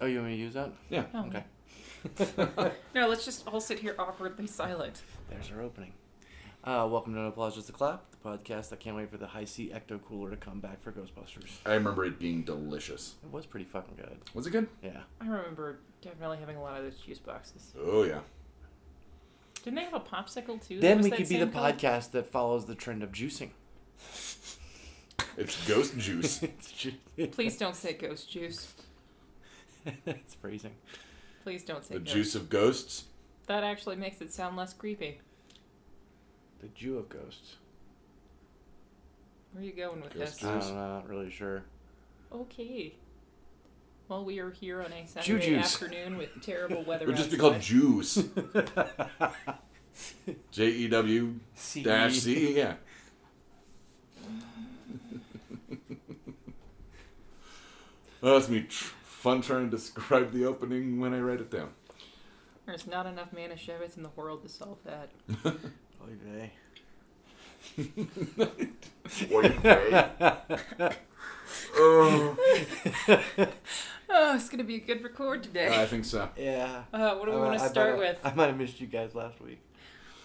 Oh, you want me to use that? Yeah. Oh. Okay. No, let's just all sit here awkwardly silent. There's our opening. Uh, welcome to No Applause, Just a Clap, the podcast that can't wait for the high C ecto cooler to come back for Ghostbusters. I remember it being delicious. It was pretty fucking good. Was it good? Yeah. I remember definitely having a lot of those juice boxes. Oh yeah. Didn't they have a popsicle too? that then was we that could be the same color? podcast that follows the trend of juicing. It's ghost juice. it's ju- Please don't say ghost juice. it's freezing. Please don't say the ghost. juice of ghosts. That actually makes it sound less creepy. The Jew of Ghosts. Where are you going with Ghost this? juice. I'm not really sure. Okay. Well, we are here on a Jew Saturday juice. afternoon with terrible weather. It would just be outside. called juice. J E W C. dash C. E, Yeah. well, that's me. Tr- fun trying to describe the opening when I write it down. There's not enough manischewitz in the world to solve that. Oy vey. oh, Oh, it's gonna be a good record I today. think so. Yeah. Uh, what do we I- want I to might start have- with? I might have missed you guys last week.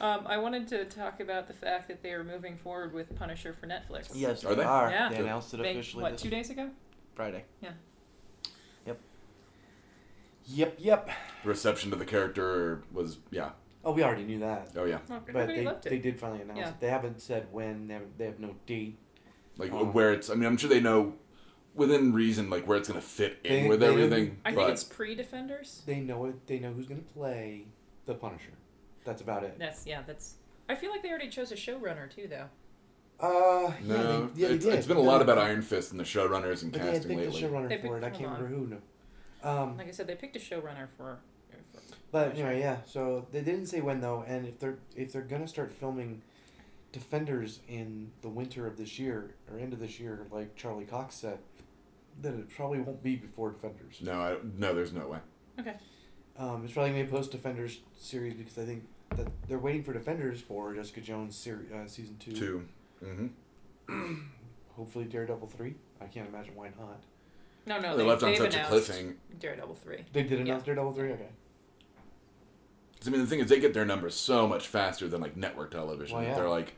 Um, I wanted to talk about the fact that they are moving forward with Punisher for Netflix. Yes, Are they, they? are. Yeah. They announced it They- officially what this two days ago? Friday. Yeah. Yep. Yep, yep. Reception to the character was yeah. Oh, we already knew that. Oh yeah. Well, But everybody they, loved it. they did finally announce Yeah. it. They haven't said when. They have, they have no date. like Uh-huh. Oh. where it's. I mean, I'm sure they know within reason, like where it's gonna fit in They- with they everything. I think but it's pre-Defenders. They know it. They know who's gonna play the Punisher. That's about it. That's yeah. That's. I feel like they already chose a showrunner too, though. Uh, yeah, they- no, yeah, they it's, did. it's been a No, lot about Iron Fist and the showrunners and But they had casting picked lately. a showrunner They for it. I picked- can't hold remember who. No. Um, Like I said, they picked a showrunner for. for but anyway, yeah. So they didn't say when though, and if they're if they're gonna start filming Defenders in the winter of this year or end of this year, like Charlie Cox said, then it probably won't be before Defenders. No, I, no, there's no way. okay. Um, it's probably gonna be a post Defenders series because I think that they're waiting for Defenders for Jessica Jones series uh, season two. 2 Mm-hmm. Hopefully Daredevil three. I can't imagine why not. No, no. they Oh, they, left on they've such a announced cliffhanger. Daredevil three. They did announce Yeah. Daredevil three. Okay. 'Cause, I mean, the thing is, they get their numbers so much faster than like network television. Well, that yeah. They're like,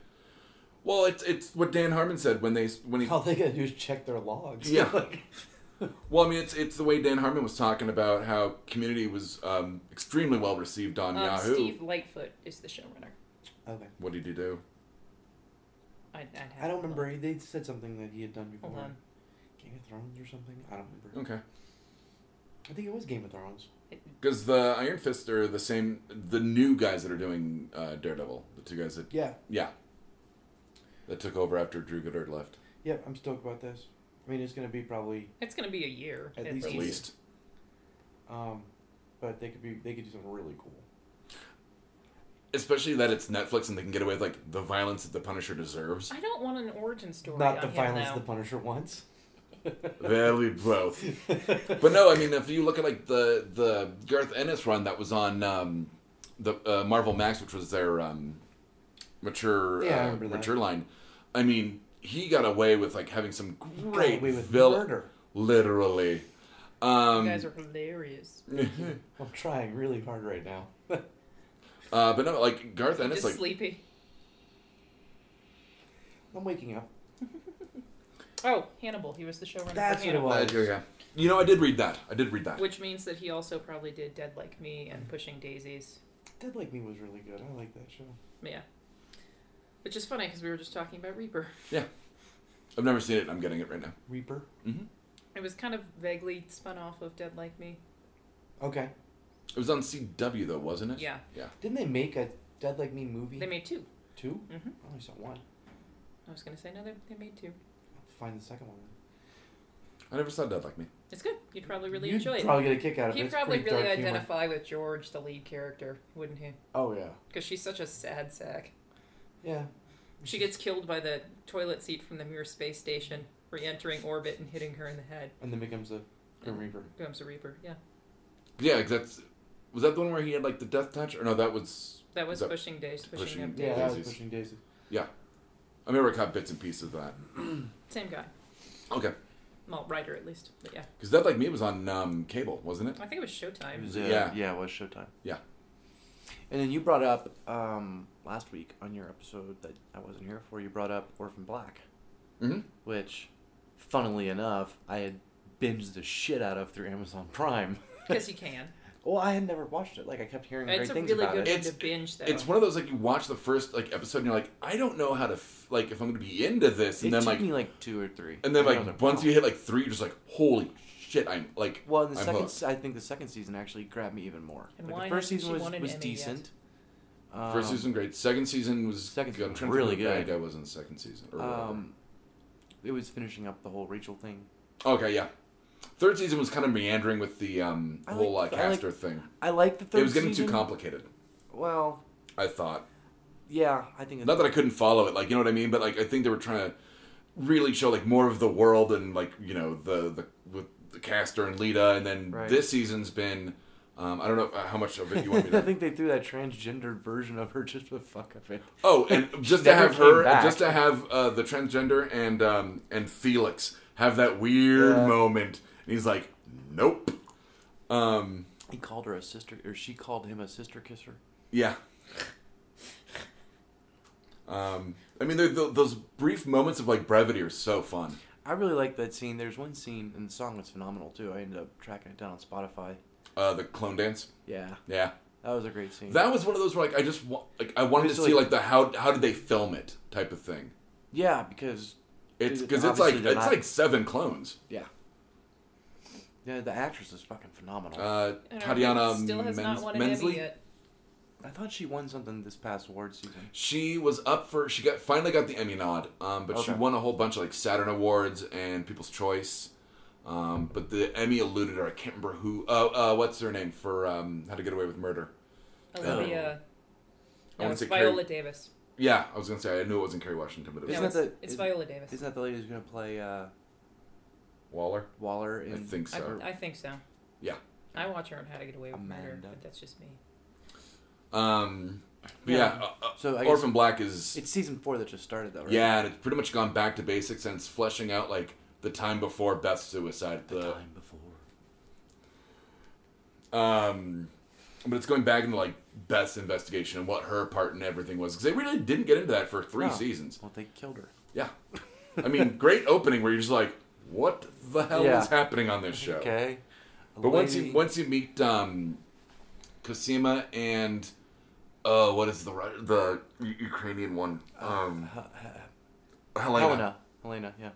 well, it's it's what Dan Harmon said when they when he All they gotta do is check their logs. Yeah. Like- Well, I mean, it's it's the way Dan Harmon was talking about how Community was um, extremely well received on Um, Yahoo. Steve Lightfoot is the showrunner. okay. What did he do? I, I'd have I to don't look. remember. They said something that he had done before. Hold on. Game of Thrones or something. I don't remember. Okay, I think it was Game of Thrones. because the Iron Fist are the same, the new guys that are doing uh, Daredevil, the two guys that Yeah. yeah, that took over after Drew Goddard left, Yep. I'm stoked about this. I mean, it's gonna be probably It's gonna be a year At least or at He's- least. um, but they could be they could do something really cool. Especially that it's Netflix and they can get away with like the violence that the Punisher deserves. I don't want an origin story. Not on the him violence now. the Punisher wants. Very both. But no, I mean, if you look at like the the Garth Ennis run that was on um, the uh, Marvel Max, which was their um, mature Yeah, I uh, remember that. mature line, I mean, he got away with like having some Got great away with vill- murder. literally. You Um, guys are hilarious. Mm-hmm. I'm trying really hard right now. uh, but no, like Garth Ennis, Just like sleepy. I'm waking up. Oh, Hannibal. He was the showrunner. for That's what it Hannibal. was. Uh, yeah. you know, I did read that. I did read that. Which means that he also probably did Dead Like Me and Pushing Daisies. Dead Like Me was really good. I like that show. Yeah. Which is funny because we were just talking about Reaper. I've never seen it. I'm getting it right now. Reaper. hmm It was kind of vaguely spun off of Dead Like Me. Okay. It was on CW though, wasn't it? Yeah. Didn't they make a Dead Like Me movie? They made two. two. Mm-hmm. I only saw one. I was going to say, no, they, they made two. I'll find the second one. I never saw Dead Like Me. It's good. You'd probably really You'd enjoy probably get a kick out it. of it. He'd It's probably pretty really dark humor. identify with George, the lead character, wouldn't he? Oh yeah, Because she's such a sad sack. yeah. She gets killed by the toilet seat from the Mir space station, re entering orbit and hitting her in the head. and then becomes a Grim Reaper. Becomes a Reaper. Yeah. Yeah, 'cause that's was that the one where he had like the death touch, or no? That was That was That- Pushing Daisies. Pushing, Pushing Up Yeah, that was Daisies. pushing Daisy. I remember I caught bits and pieces of that. Same guy. Okay. well, writer at least. But yeah, Because Dead Like Me was on um, cable, wasn't it? I think it was It Showtime. was, uh, Yeah. yeah, it was Showtime. Yeah. And then you brought up um, last week on your episode that I wasn't here for. You brought up Orphan Black, Mm-hmm. which, funnily enough, I had binged the shit out of through Amazon Prime. Because you can. Well, I had never watched it. Like I kept hearing It's great a things really about good it. one It's- to binge, though. It's one of those like you watch the first like episode and you're like, I don't know how to f- like if I'm gonna be into this, it and then took like me like two or three. and then I like was once wow. you hit like three, you're just like, holy shit, I'm like, Well, in the I'm second, hooked. se- I think the second season actually grabbed me even more. And like, why the first hasn't season she was, won an was Emmy yet? decent. first Um, season great, second season was Second good. I'm season trying to really think who the good. Bad guy was in the second season. Or whatever. Um, it was finishing up the whole Rachel thing. okay, yeah. Third season was kind of meandering with the um, I whole like- uh, I like caster thing. I like the third. It was getting season. too complicated. Well, I thought. yeah, I think it's Not that I couldn't follow it, like you know what I mean, but like I think they were trying to really show like more of the world and like you know the the with the caster and Lita, and then Right. this season's been um, I don't know how much of it you want me I to. think they threw that transgendered version of her just for the fuck of it. Oh, and just to never have came her, back. just to have uh, the transgender and um, and Felix have that weird Yeah. moment, and he's like, nope. Um, He called her a sister, or she called him a sister kisser. Yeah. Um, I mean, they're, th- those brief moments of like brevity are so fun. I really like that scene. There's one scene, and the song was phenomenal too. I ended up tracking it down on Spotify. Uh, the clone dance. Yeah, Yeah, that was a great scene. that was one of those where like I just wa- like I wanted to Mm-hmm. Just, see like- like the how how did they film it type of thing. yeah, because It's Dude, because it's like obviously it's they're not- like seven clones. yeah, yeah, the actress is fucking phenomenal. Uh, And our Tatiana lead still has Mens- not won an Mensley. Emmy yet. I thought she won something this past award season. She was up for she got finally got the Emmy nod, um, but she Okay. won a whole bunch of like Saturn awards and People's Choice. Um, but the Emmy eluded her. I can't remember who. Uh, uh, what's her name for um, How to Get Away with Murder? Oh. Olivia. I No, wanna it's say Viola Carrie- Davis. Yeah, I was gonna say I knew it wasn't Kerry Washington, but it No, was Isn't it's, that the- it's is- Viola Davis. Isn't that the lady who's gonna play uh, Waller. Waller in? I think I, so. I think so. Yeah. I watch her on How to Get Away with Murder, Amanda. but that's just me. Um, but Yeah. yeah, uh, uh, So I guess Orphan Black is it's season four that just started though, right? yeah, and it's pretty much gone back to basics and it's fleshing out like the time before Beth's suicide. The, The time before. um, but it's going back into like Beth's investigation and what her part in everything was because they really didn't get into that for three No. seasons. Well, they killed her. Yeah, I mean, great opening where you're just like, what the hell Yeah. is happening on this show? Okay. A Oh. But once you lady- once you meet um, Cosima and uh, what is the Ru- the U- Ukrainian one? Um, Ha- ha- Helena. Uh, Helena. Helena, yeah.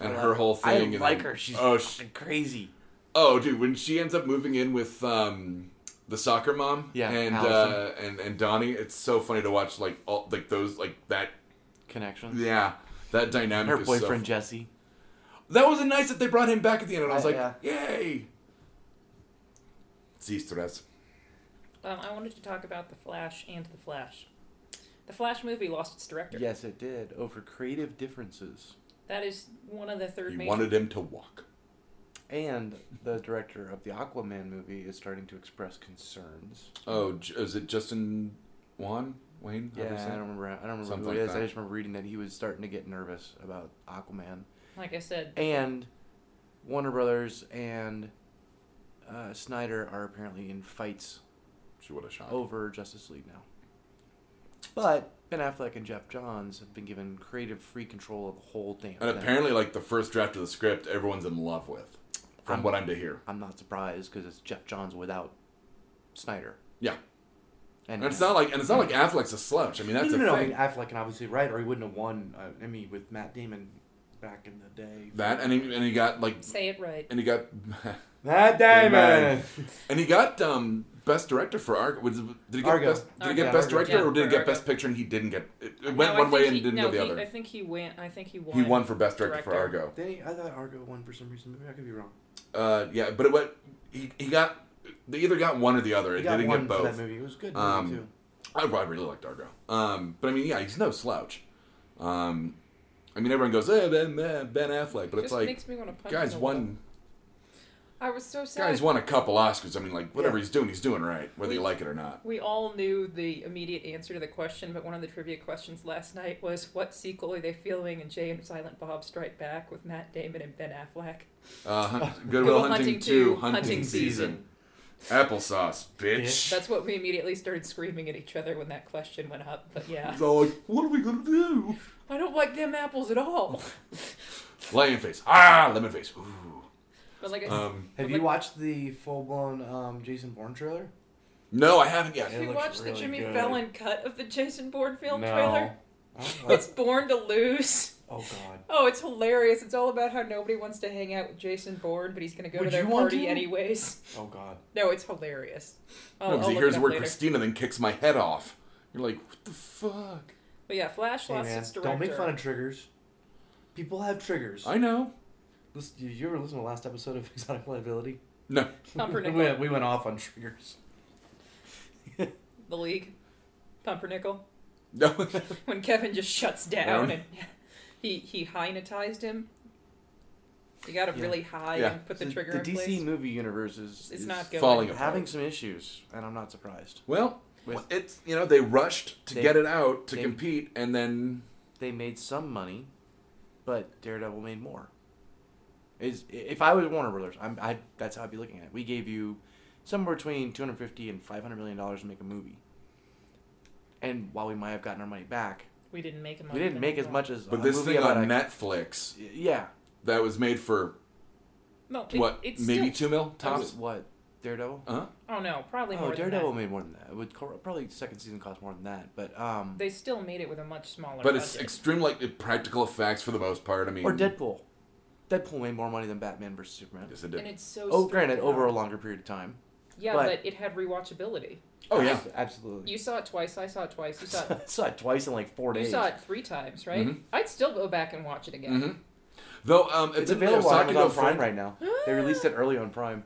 and I her like- whole I thing. and like then- her. She's oh, sh- fucking crazy. oh, dude, when she ends up moving in with um, the soccer mom, Yeah, and uh, Allison. and and Donnie, it's so funny to watch like all like those like that. Connection. Yeah, that dynamic. Her is so- boyfriend Jesse. that was nice that they brought him back at the end, and I was like, Uh, Yeah, yay. Zistras. Um, I wanted to talk about The Flash and The Flash. The Flash movie lost its director. Yes, it did. Over creative differences. That is one of the third You major. wanted him to walk. And the director of the Aquaman movie is starting to express concerns. Oh, J- is it Justin Juan Wayne? How do you Yeah, say I it? don't remember. I don't remember Something who it like is. I that. just remember reading that he was starting to get nervous about Aquaman like I said, and Warner Brothers and uh, Snyder are apparently in fights She would have shot. him. over Justice League now. But Ben Affleck and Jeff Johns have been given creative free control of the whole damn and thing. apparently, like the first draft of the script, everyone's in love with, from I'm- what I'm to hear. I'm not surprised because it's Jeff Johns without Snyder. Yeah, And, and it's not like and it's not like Affleck's a slouch. I mean, that's no, a no, no, I thing. mean, Affleck can obviously write, or he wouldn't have won uh, Emmy with Matt Damon back in the day. that and he, and he got like say it right. and he got Matt Damon. and he got um best director for Argo. Was- Did he get Argo. best? Did he get Argo. best Yeah, Argo. director or Yeah, did he for get Argo. best picture and he didn't get? It, it went No, I one way think and he- didn't no, go the he- other. I think he went. I think he won. he won for best director, for Director. Argo. Didn't he- I thought Argo won for some reason. Maybe I could be wrong. Uh, yeah, but it went. He, he got. They either got one or the other. He It got didn't one get for that both. movie. It was a good movie Um, too. I, I really liked Argo. Um, but I mean, yeah, he's no slouch. Um, I mean, everyone goes, "Hey, "Eh, Ben, Ben, ben Affleck," but Just it's like, makes me want to punch guys, him a one. I was so sad. Guy's won a couple Oscars. I mean, like whatever Yeah. he's doing, he's doing right, whether you like it or not. We all knew the immediate answer to the question, but one of the trivia questions last night was what sequel are they filming in Jay and Silent Bob Strike Back with Matt Damon and Ben Affleck? Uh, Hunt- Goodwill Hunting, Two, Hunting, Season, applesauce, bitch. That's what we immediately started screaming at each other when that question went up. But yeah, He's all like, "What are we gonna do?" I don't like them apples at all. Lion face, ah, lemon face. Ooh. But like I said, Um, Have Like- you watched the full blown um, Jason Bourne trailer? no, I haven't yet. it we looks watched the really Jimmy good. Fallon cut of the Jason Bourne film trailer. Oh, It's what? Born to Lose. oh God. Oh, it's hilarious. It's all about how nobody wants to hang out with Jason Bourne, but he's going to go to Would their you want party to? anyways. Oh God. No, it's hilarious. I'll, No, because Oh, I'll he look hears it the up word later. Christina, then kicks my head off. You're like, what the fuck? But yeah, Flash Hey lost man, its director. don't make fun of triggers. People have triggers. I know. Listen, did you ever listen to the last episode of Exotic Liability? No. we, Pumpernickel. went, we went off on triggers. the league. Pumpernickel. No. When Kevin just shuts down Yeah. and he he hynetized him. You got to Yeah. really high Yeah. and put the So trigger the in DC place. movie universe is, It's is not good. Falling apart. having some issues, and I'm not surprised. Well, With- it's, you know, they rushed to They- get it out to they- compete, and then They made some money, but Daredevil made more. Is if I was Warner Brothers, I'm, I that's how I'd be looking at it. We gave you somewhere between 250 and 500 million dollars to make a movie, and while we might have gotten our money back, We didn't make him. we didn't make as much as but a this movie thing about on a- Netflix Yeah, that was made for No, it, what? It's Maybe Still, two mil Uh-huh. that was tops. what Daredevil. Huh? oh no, probably Oh, more. Daredevil Than made more than that. It would co- probably second season cost more than that, but um, that. They still made it with a much smaller. But it's budget. extreme, like practical effects for the most part. I mean, or Deadpool. Deadpool made more money than Batman versus Superman. Yes, it and did. it's so. Oh, stupid granted, how- over a longer period of time. Yeah, but, But- it had rewatchability. Oh yeah. Abs- absolutely. You saw it twice. I saw it twice. You saw it. saw it twice in like four you days. saw it three times, right? Mhm. I'd still go back and watch it again. hmm Though um, It's admittedly, I was available on talking to a Amazon Prime friend- right now. They released it early on Prime.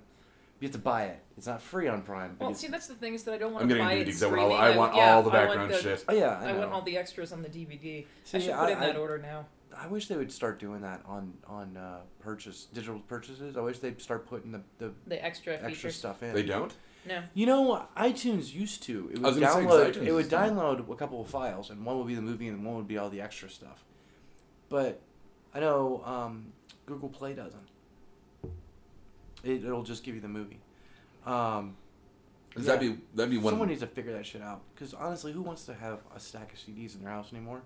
You have to buy it. It's not free on Prime. But Well, it's, see, that's the thing is that I don't want I'm to getting buy into it because I want streaming. all, I want yeah, all the I want background the- shit. oh yeah, I, I, know. want all the extras on the DVD. I See, should put I- it in that I- order now. I wish they would start doing that on on uh, purchase digital purchases. I wish they'd start putting the, the The extra, extra features. stuff in. They don't. No, You know, iTunes used to. It I was would gonna say, 'cause download. iTunes It would is down. download a couple of files, and one would be the movie, and one would be all the extra stuff. But I know um, Google Play doesn't. It, it'll just give you the movie. Um, 'Cause Yeah. That'd be that'd be one. someone needs to figure that shit out. Because honestly, who wants to have a stack of CDs in their house anymore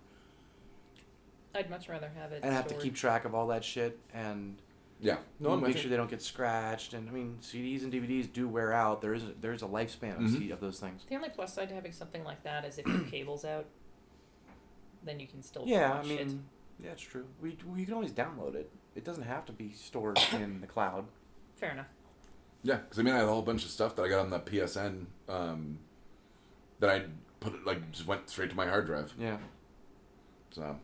I'd much rather have it. and have to stored. keep track of all that shit and yeah. No, I'm make with you. sure they don't get scratched? And I mean, CDs and DVDs do wear out. There is there is a lifespan of, Mhm. CD, of those things. The only plus side to having something like that is if your cable's out, then you can still Yeah, I Oh, watch mean, it. yeah, it's true. We, we can always download it. It doesn't have to be stored in the cloud. Fair enough. Yeah, because I mean, I had a whole bunch of stuff that I got on the PSN um, that I put like just went straight to my hard drive. Yeah. So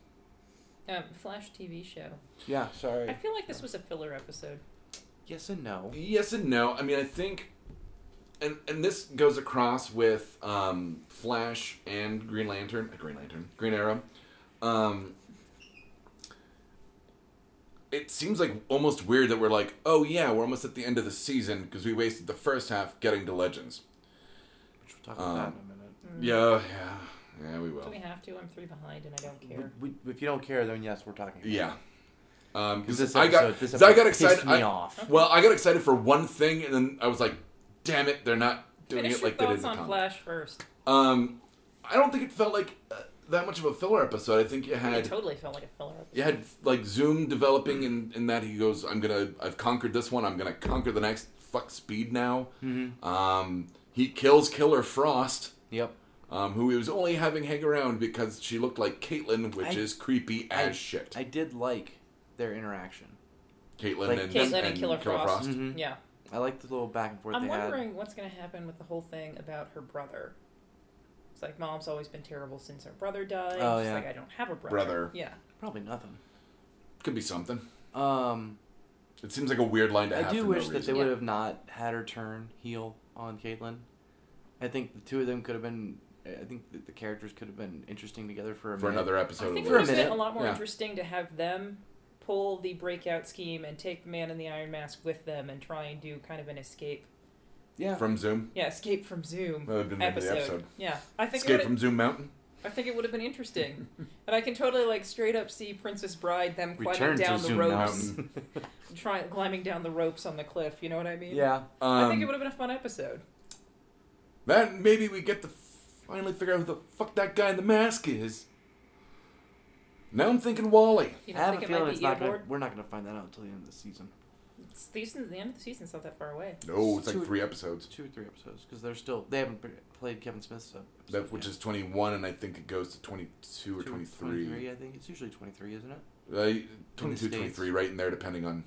Um, Flash TV show. Yeah. I Sorry. feel like this was a filler episode. Yes and no. yes and no. I mean, I think, and and this goes across with um, Flash and Green Lantern, uh, Green Lantern, Green Arrow. Um, it seems like almost weird that we're like, oh yeah, we're almost at the end of the season because we wasted the first half getting to Legends. Which we'll talk about that in a minute. Yeah, Mm. yeah, yeah. We will. Do we have to? I'm three behind and I don't care. We, we, if you don't care, then yes, we're talking. About Yeah. Um, Because 'cause this I episode, got, this 'cause I episode got pissed excited. me I- off. Well, I got excited for one thing, and then I was like, "Damn it, they're not doing Finish it your like they did in thoughts the on comic." Flash first. Um, I don't think it felt like uh, that much of a filler episode. I think you It had totally felt like a filler episode. you had like Zoom developing, and in that he goes, "I'm gonna, I've conquered this one. I'm gonna conquer the next. Fuck speed now." Uh-huh. Mhm. Um, he kills Killer Frost. Yep. Um, who he was only having hang around because she looked like Caitlyn, which I- is creepy as I- shit. I did like their interaction. Caitlyn like and, Caitlyn and and Killer Frost. Mm-hmm. hmm Yeah. I liked the little back and forth I'm they wondering what's going to happen with the whole thing about her brother. It's like mom's always been terrible since her brother died. Oh, She's yeah. like I don't have a brother. Brother. Yeah. had. Probably nothing. Could be something. Um, It seems like a weird line to have. I do for wish no that they reason. would have not had her turn heel on Caitlyn. I think the two of them could have been. I think that the characters could have been interesting together for a for minute. another I episode. think of for it would a have Lost. been minute. a lot more Yeah. interesting to have them pull the breakout scheme and take the Man in the Iron Mask with them and try and do kind of an escape. Yeah. From Zoom. Yeah, escape from Zoom That would have been the name of the episode. episode. Yeah, I think it Escape would. from Zoom Mountain. I think it would have been interesting, and I can totally like straight up see Princess Bride them climbing Return down to the Zoom ropes, Mountain. try climbing down the ropes on the cliff. You know what I mean? yeah. Um, I think it would have been a fun episode. That maybe we get to finally figure out who the fuck that guy in the mask is. Now I'm thinking Wally. You I know, I have think a it might feeling be it's not gonna, Eobard. we're not going to find that out until the end of the season. It's the season, the end of the season's not that far away. No, it's like Two- three episodes. It's two or three episodes because they're still they haven't pre- played Kevin Smith's episode. That, which yet. is 21, and I think it goes to 22 or Two- 23. I think it's usually twenty three, isn't it? Uh, 22, States. 23, right in there, depending on.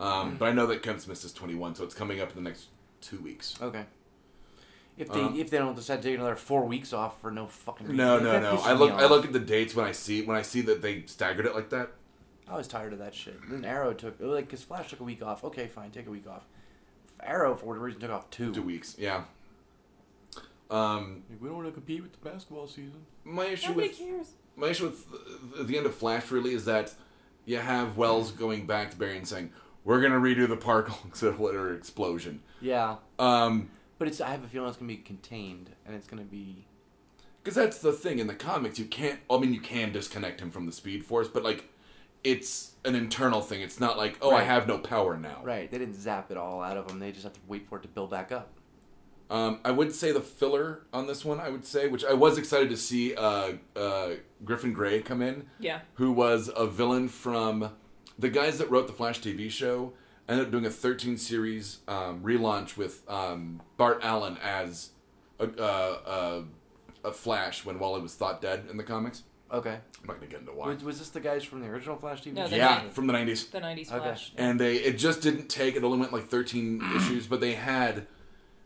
Um, but I know that Kevin Smith is 21, so it's coming up in the next two weeks. Okay. If they Uh-huh. if they don't decide to take another four weeks off for no fucking reason. No, no, That no. pisses I me look, I off. look at the dates when I see when I see that they staggered it like that. I was tired of that shit. Then Arrow took like because Flash took a week off. Okay, fine, take a week off. Arrow for whatever reason took off two. Two weeks, yeah. Um, Like, we don't want to compete with the basketball season. my issue Nobody with cares. my issue with th- the end of Flash really is that you have Wells going back to Barry and saying, "We're gonna redo the park auxiliary explosion." Yeah, Um, but it's I have a feeling it's gonna be contained and it's gonna be because that's the thing in the comics, you can't. I mean, you can disconnect him from the Speed Force, but like, it's an internal thing. It's not like, oh, I Right. have no power now. right. They didn't zap it all out of them. They just have to wait for it to build back up. Um, I would say the filler on this one, I would say, which I was excited to see uh, uh, Griffin Gray come in, Yeah. who was a villain from the guys that wrote the Flash TV show. Ended up doing a 13 series um, relaunch with um, Bart Allen as a, uh, a, a Flash when Wally was thought dead in the comics. Okay. I'm not gonna get into why. Was, was this the guys from the original Flash TV? No, show? the Yeah, nine- from the 90s. The '90s Okay. Flash. and they it just didn't take it only went like 13 issues but they had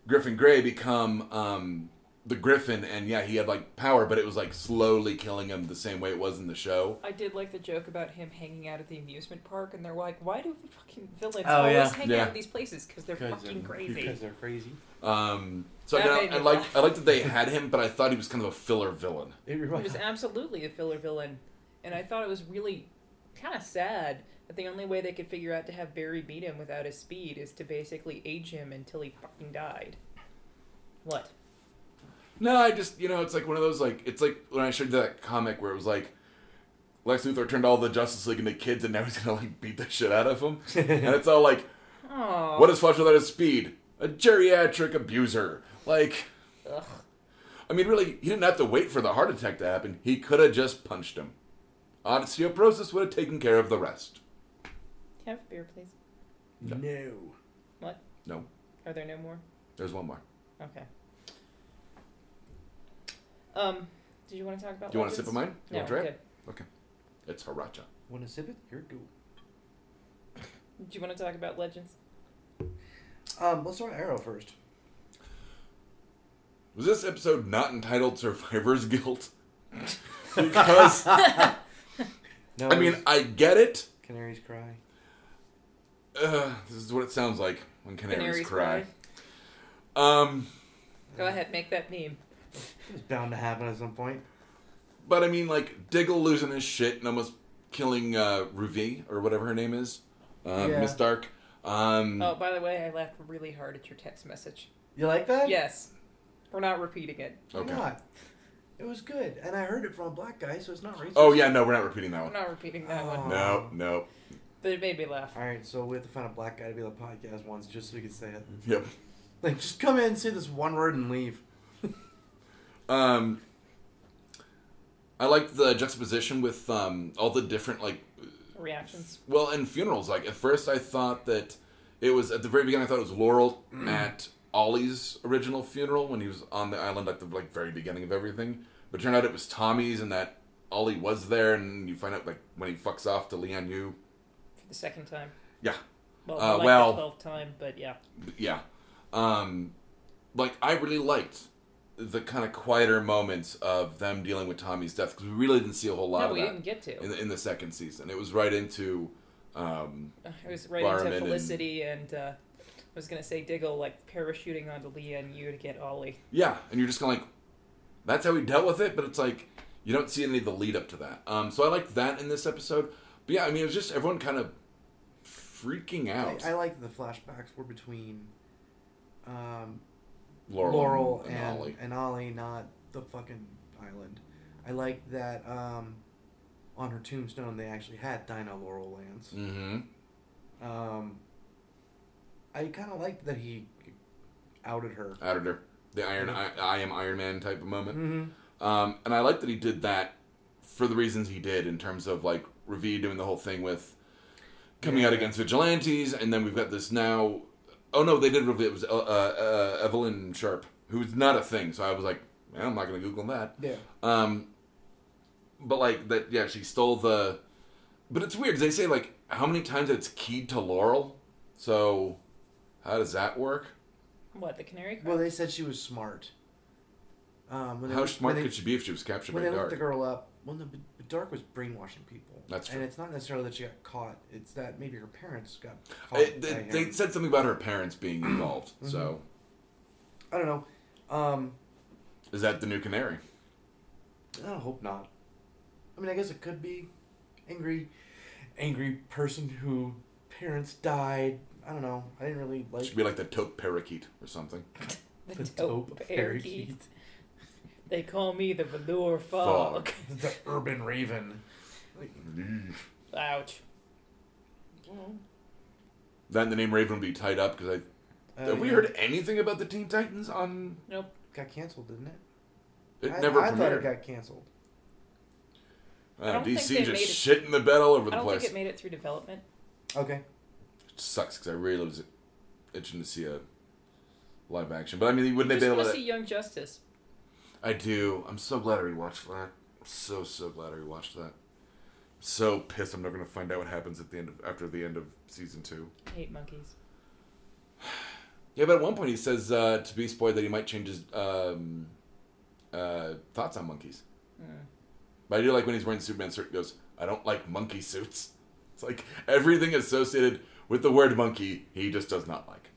griffin gray become um the griffin and yeah he had like power but it was like slowly killing him the same way it was in the show I did like the joke about him hanging out at the amusement park, and they're like, "Why do fucking villains Oh, always yeah. hang Yeah. out at these places? Because they're fucking crazy." Because they're crazy. um so That I, made me I like laugh. i like that they had him but i thought he was kind of a filler villain It He reminds was absolutely a filler villain, and I thought it was really kind of sad that the only way they could figure out to have Barry beat him without his speed is to basically age him until he fucking died. What? no i just you know it's like one of those like it's like when i showed you that comic where it was like lex luthor turned all the justice league into kids and now he's gonna like beat the shit out of them and it's all like Oh. What is Fletcher without his speed? A geriatric abuser. Like, Ugh. I mean, really, he didn't have to wait for the heart attack to happen. He could have just punched him. Osteoporosis would have taken care of the rest. Can I have a beer, please? No. No, Are there no more? there's one more. Okay. Um, did you want to talk about? Do you want a sip Legends? of mine? You No, want to try good. it? It's Haracha. Want to sip it? Here it go. Do you want to talk about Legends? Um, let's start with Arrow first. Was this episode not entitled Survivor's Guilt? because, No, I mean, I get it. canaries cry. Uh, this is what it sounds like when canaries, Canaries cry. cry. Um, Go ahead, make that meme. It was bound to happen at some point. But I mean, like Diggle losing his shit and almost killing uh, Ruvi or whatever her name is, uh, Yeah. Miss Dark. Um, Oh, by the way, I laughed really hard at your text message. You like that? Yes, we're not repeating it. Why okay. Not. It was good, and I heard it from a black guy, so it's not racist. Oh yeah, no, we're not repeating that We're one. not repeating that Oh. one. No, no. But it made me laugh. All right, so we have to find a black guy to be on the podcast once, just so we can say it. Yep. Like, just come in, say this one word, and leave. Um, I like the juxtaposition with um, all the different like Reactions. Well, and funerals. Like at first, I thought that it was at the very beginning. I thought it was Laurel at Ollie's original funeral when he was on the island at the like very beginning of everything. But it turned out it was Tommy's, and that Ollie was there. And you find out like when he fucks off to Leon Yu. For the second time. Yeah. Uh, Well, I like well- the twelfth time, but yeah. But yeah, um, like I really liked the kind of quieter moments of them dealing with Tommy's death because we really didn't see a whole lot No, of we that didn't get to. in the, in the second season. It was right into. Um, Uh, It was right Barman into and- Felicity and. uh, I was gonna say Diggle like parachuting onto Leah and you to get Ollie. Yeah, and you're just kind of like, that's how we dealt with it, but it's like you don't see any of the lead up to that. Um, so I liked that in this episode, But yeah, I mean, it was just everyone kind of freaking out. I, I like that the flashbacks were between um, Laurel, Laurel and, Ollie. and Ollie, not the fucking island. I like that um, on her tombstone they actually had Dinah Laurel Lance. Mm-hmm. Um, I kind of liked that he outed her. Outed her. The Iron I, I am Iron Man type of moment. Mm-hmm. Um, and I like that he did that for the reasons he did in terms of like Ravi doing the whole thing with coming out Yeah. against vigilantes, and then we've got this now. Oh no, they did Ravi. It was uh, uh, uh, Evelyn Sharp, who's not a thing. So I was like, well, I'm not going to Google that. Yeah. Um, but like that, yeah, she stole the. But it's weird. 'cause They say like how many times it's keyed to Laurel. So, how does that work? What the canary? Well, Well, they said she was smart. Um, when they, How smart when they, could she be if she was captured by When they looked the dark? girl up, well, no, but, but Dark was brainwashing people. That's And true. it's not necessarily that she got caught. It's that maybe her parents got caught. It, they, by they him. said something about her parents being involved. Mm-hmm. So, I don't know. Um, is that the new canary? I don't hope not. I mean, I guess it could be angry, angry person who parents died. I don't know. I didn't really like She could be like the taupe parakeet or something. the, the dope, dope parakeet. parakeet. They call me the velour fog. the urban raven. Like, Ouch. Then the name Raven would be tied up because I. uh, have we yeah. heard anything about the Teen Titans on? Nope. Got canceled, didn't it? It I, never I thought premiered. it got canceled. Wow, I don't think DC they just made shitting the bed all over the I don't place. think it made it through development. Okay. sucks because I really was itching to see a live action. But I mean, wouldn't Just they be want able to to? see Young Justice. I do. I'm so glad I rewatched that. So so glad I rewatched that. So pissed I'm not gonna find out what happens at the end of after the end of season two. I hate monkeys. Yeah, but at one point he says uh, to Beast Boy that he might change his um, uh, thoughts on monkeys. Hmm. But I do like when he's wearing the Superman suit. He goes, "I don't like monkey suits." It's like everything associated with the word monkey, he just does not like.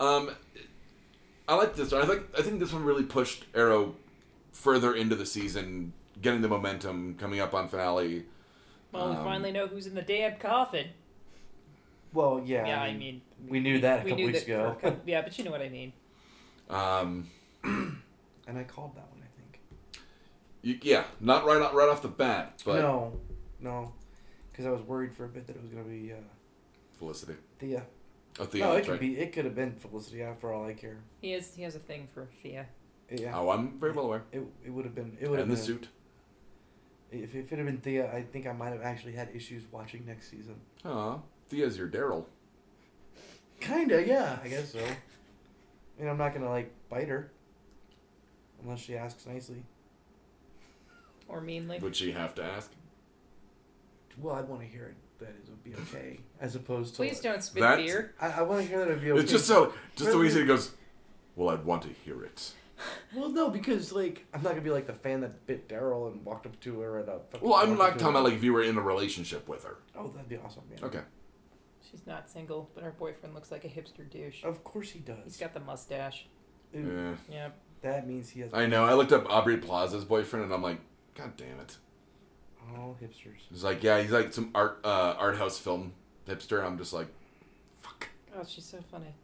Um, I like this one. I think I think this one really pushed Arrow further into the season, getting the momentum, coming up on finale. Well, Um, we finally know who's in the damn coffin. Well, yeah. Yeah, I mean, we knew that a we couple knew weeks that. for a ago, couple- yeah, but you know what I mean. Um, and I called that one. I think. you, yeah, not right off, right off the bat, but no, no, because I was worried for a bit that it was gonna be uh, Felicity. Thea. Oh, Theo, no, it that's could right. be. It could have been Felicity. Yeah, for all I care. He has he has a thing for Thea. Yeah. Oh, I'm very well aware. It, it would have been. It would have And the been. suit. If, if it had been Thea, I think I might have actually had issues watching next season. Aw, Thea's your Daryl. Kinda, yeah. I guess so. I mean, I'm not gonna like bite her. Unless she asks nicely. Or meanly. Would she have to ask? Well, I'd want to hear it. That it would be okay, as opposed to. Please don't spit That- beer. I, I want to hear that it would be okay. It's just so, just the way he said it goes. Well, I'd want to hear it. Well, no, because like I'm not gonna be like the fan that bit Daryl and walked up to her at a. fucking- Well, I'm walked up not to talking her. about like if you were in a relationship with her. Oh, that'd be awesome. Yeah. Okay. She's not single, but her boyfriend looks like a hipster douche. Of course he He's does. got the mustache. Ooh, Yeah. Yep. That means he has I know. I looked up Aubrey Plaza's boyfriend, and I'm like, God damn it. all hipsters. He's like, yeah, he's like some art uh, art house film hipster. I'm just like, fuck. Oh, she's so funny.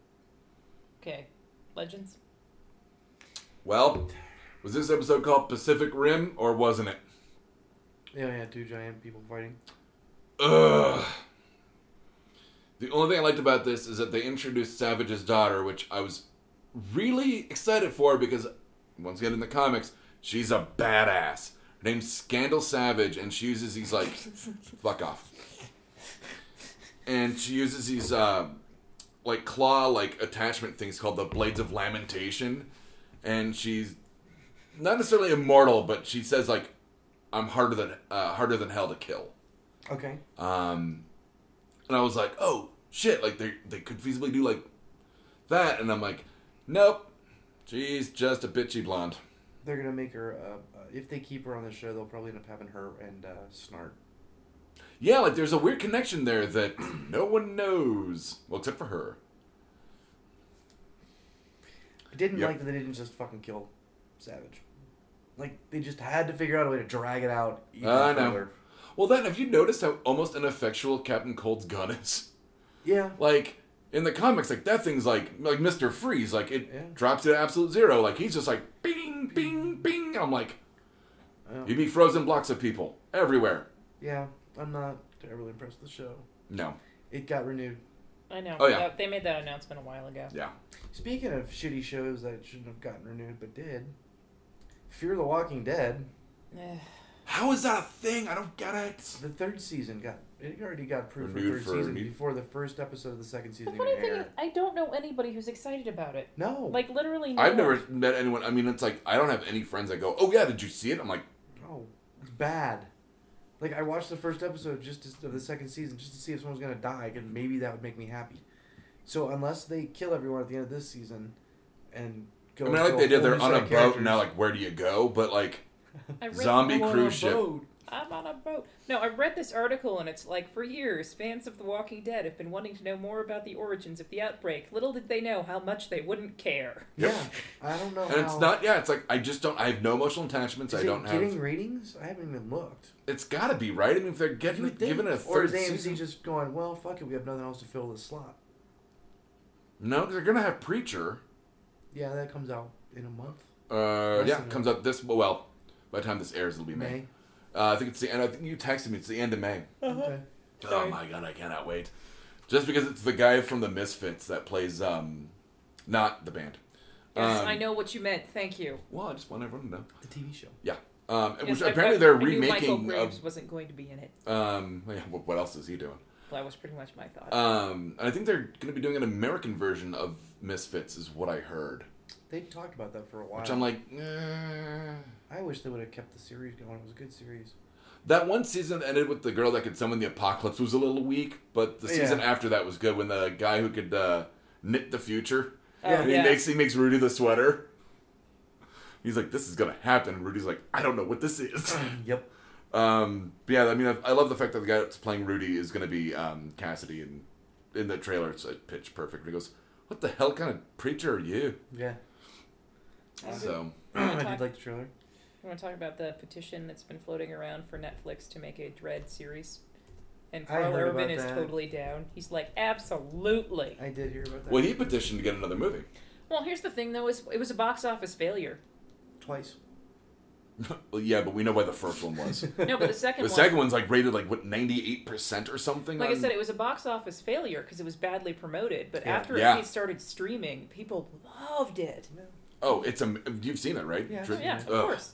Okay. Legends? Well, was this episode called Pacific Rim or wasn't it? Yeah, yeah, two giant people fighting. Ugh. The only thing I liked about this is that they introduced Savage's daughter, which I was really excited for because, once again, in the comics, she's a badass. Her name's Scandal Savage, and she uses these, like, fuck off. And she uses these, uh, like, claw, like, attachment things called the Blades of Lamentation. And she's not necessarily immortal, but she says, like, I'm harder than, uh, harder than hell to kill. Okay. Um, and I was like, oh shit, like they they could feasibly do like that, and I'm like, nope, she's just a bitchy blonde. They're gonna make her. Uh, uh, if they keep her on the show, they'll probably end up having her and uh, Snart. Yeah, like there's a weird connection there that no one knows, well except for her. I didn't Yep. like that they didn't just fucking kill Savage. Like they just had to figure out a way to drag it out. Even Uh, I know. Well, then, have you noticed how almost ineffectual Captain Cold's gun is? Yeah. Like in the comics, like that thing's like like Mister Freeze, like it Yeah. drops to absolute zero. Like he's just like bing, bing, bing. And I'm like, Oh. you be frozen blocks of people everywhere. Yeah. I'm not terribly impressed with the show. No, It got renewed. I know. Oh, yeah. That- they made that announcement a while ago. yeah, Speaking of shitty shows that shouldn't have gotten renewed but did, Fear the Walking Dead, Eh, how is that a thing? I don't get it. the third season got it already got approved for Renewed third for- season before the first episode of the second the season funny even thing is, aired. I don't know anybody who's excited about it. No. Like literally, no Oh. I've one. never met anyone. I mean, it's like I don't have any friends that go, "Oh yeah, did you see it?" I'm like, no. It's bad. Like I watched the first episode just to, of the second season just to see if someone was gonna die, and maybe that would make me happy. So unless they kill everyone at the end of this season, and go. I mean, I to like a they did. whole They're new on set a of boat and now, characters. like, where do you go? But like, I read- zombie I'm on a cruise ship. boat. I'm on a boat. No, I read this article and it's like for years, fans of The Walking Dead have been wanting to know more about the origins of the outbreak. Little did they know how much they wouldn't care. Yep. Yeah, I don't know. Oh, and it's how- not. Yeah, it's like I just don't. I have no emotional attachments. Is I don't it getting have. ratings? I haven't even looked. It's got to be right. I mean, if they're getting You it, would think. giving it a or is third AMC season, just going? Well, fuck it. We have nothing else to fill the slot. no, 'cause they're gonna have Preacher. Yeah, that comes out in a month. Uh, yeah, Listen. comes out this well. By the time this airs, it'll be May. May. Uh, I think it's the end. I think you texted me. It's the end of May. Okay. Oh Sorry. my god, I cannot wait. Just because it's the guy from the Misfits that plays, um, not the band. Yes, Um, I know what you meant. Thank you. Well, I just want everyone to know. The TV show. Yeah. Um, and Yes, which I- apparently I- they're I knew Michael remaking. Graves Of, wasn't going to be in it. um, yeah, wh- what else is he doing? That was pretty much my thought. Um, and I think they're going to be doing an American version of Misfits, is what I heard. They talked about that for a while. Which I'm like, eh. I wish they would have kept the series going. It was a good series. that one season that ended with the girl that could summon the apocalypse was a little weak, but the Yeah. season after that was good when the guy who could uh, knit the future Oh, yeah, And he yeah. makes he makes Rudy the sweater. He's like, "This is gonna happen." Rudy's like, "I don't know what this is." yep. um, but yeah, I mean, I, I love the fact that the guy that's playing Rudy is gonna be um, Cassidy, and in the trailer it's like pitch perfect. He goes, "What the hell kind of preacher are you?" Yeah. I would- So I did like the trailer. You want to talk about the petition that's been floating around for Netflix to make a Dread series? And I Carl heard Urban about is that. totally down. He's like, absolutely. I did hear about that well, he petitioned to get another movie. Well, here's the thing, though. Is it was a box office failure. twice. well, yeah, but we know why the first one was. No, but the second the one. second one's like rated like what ninety eight percent or something. like I on- said, it was a box office failure because it was badly promoted. But Yeah. after Yeah. it started streaming, people loved it. No, oh, it's a you've seen it right? Yeah. Dr- Oh, yeah, of Ugh. course.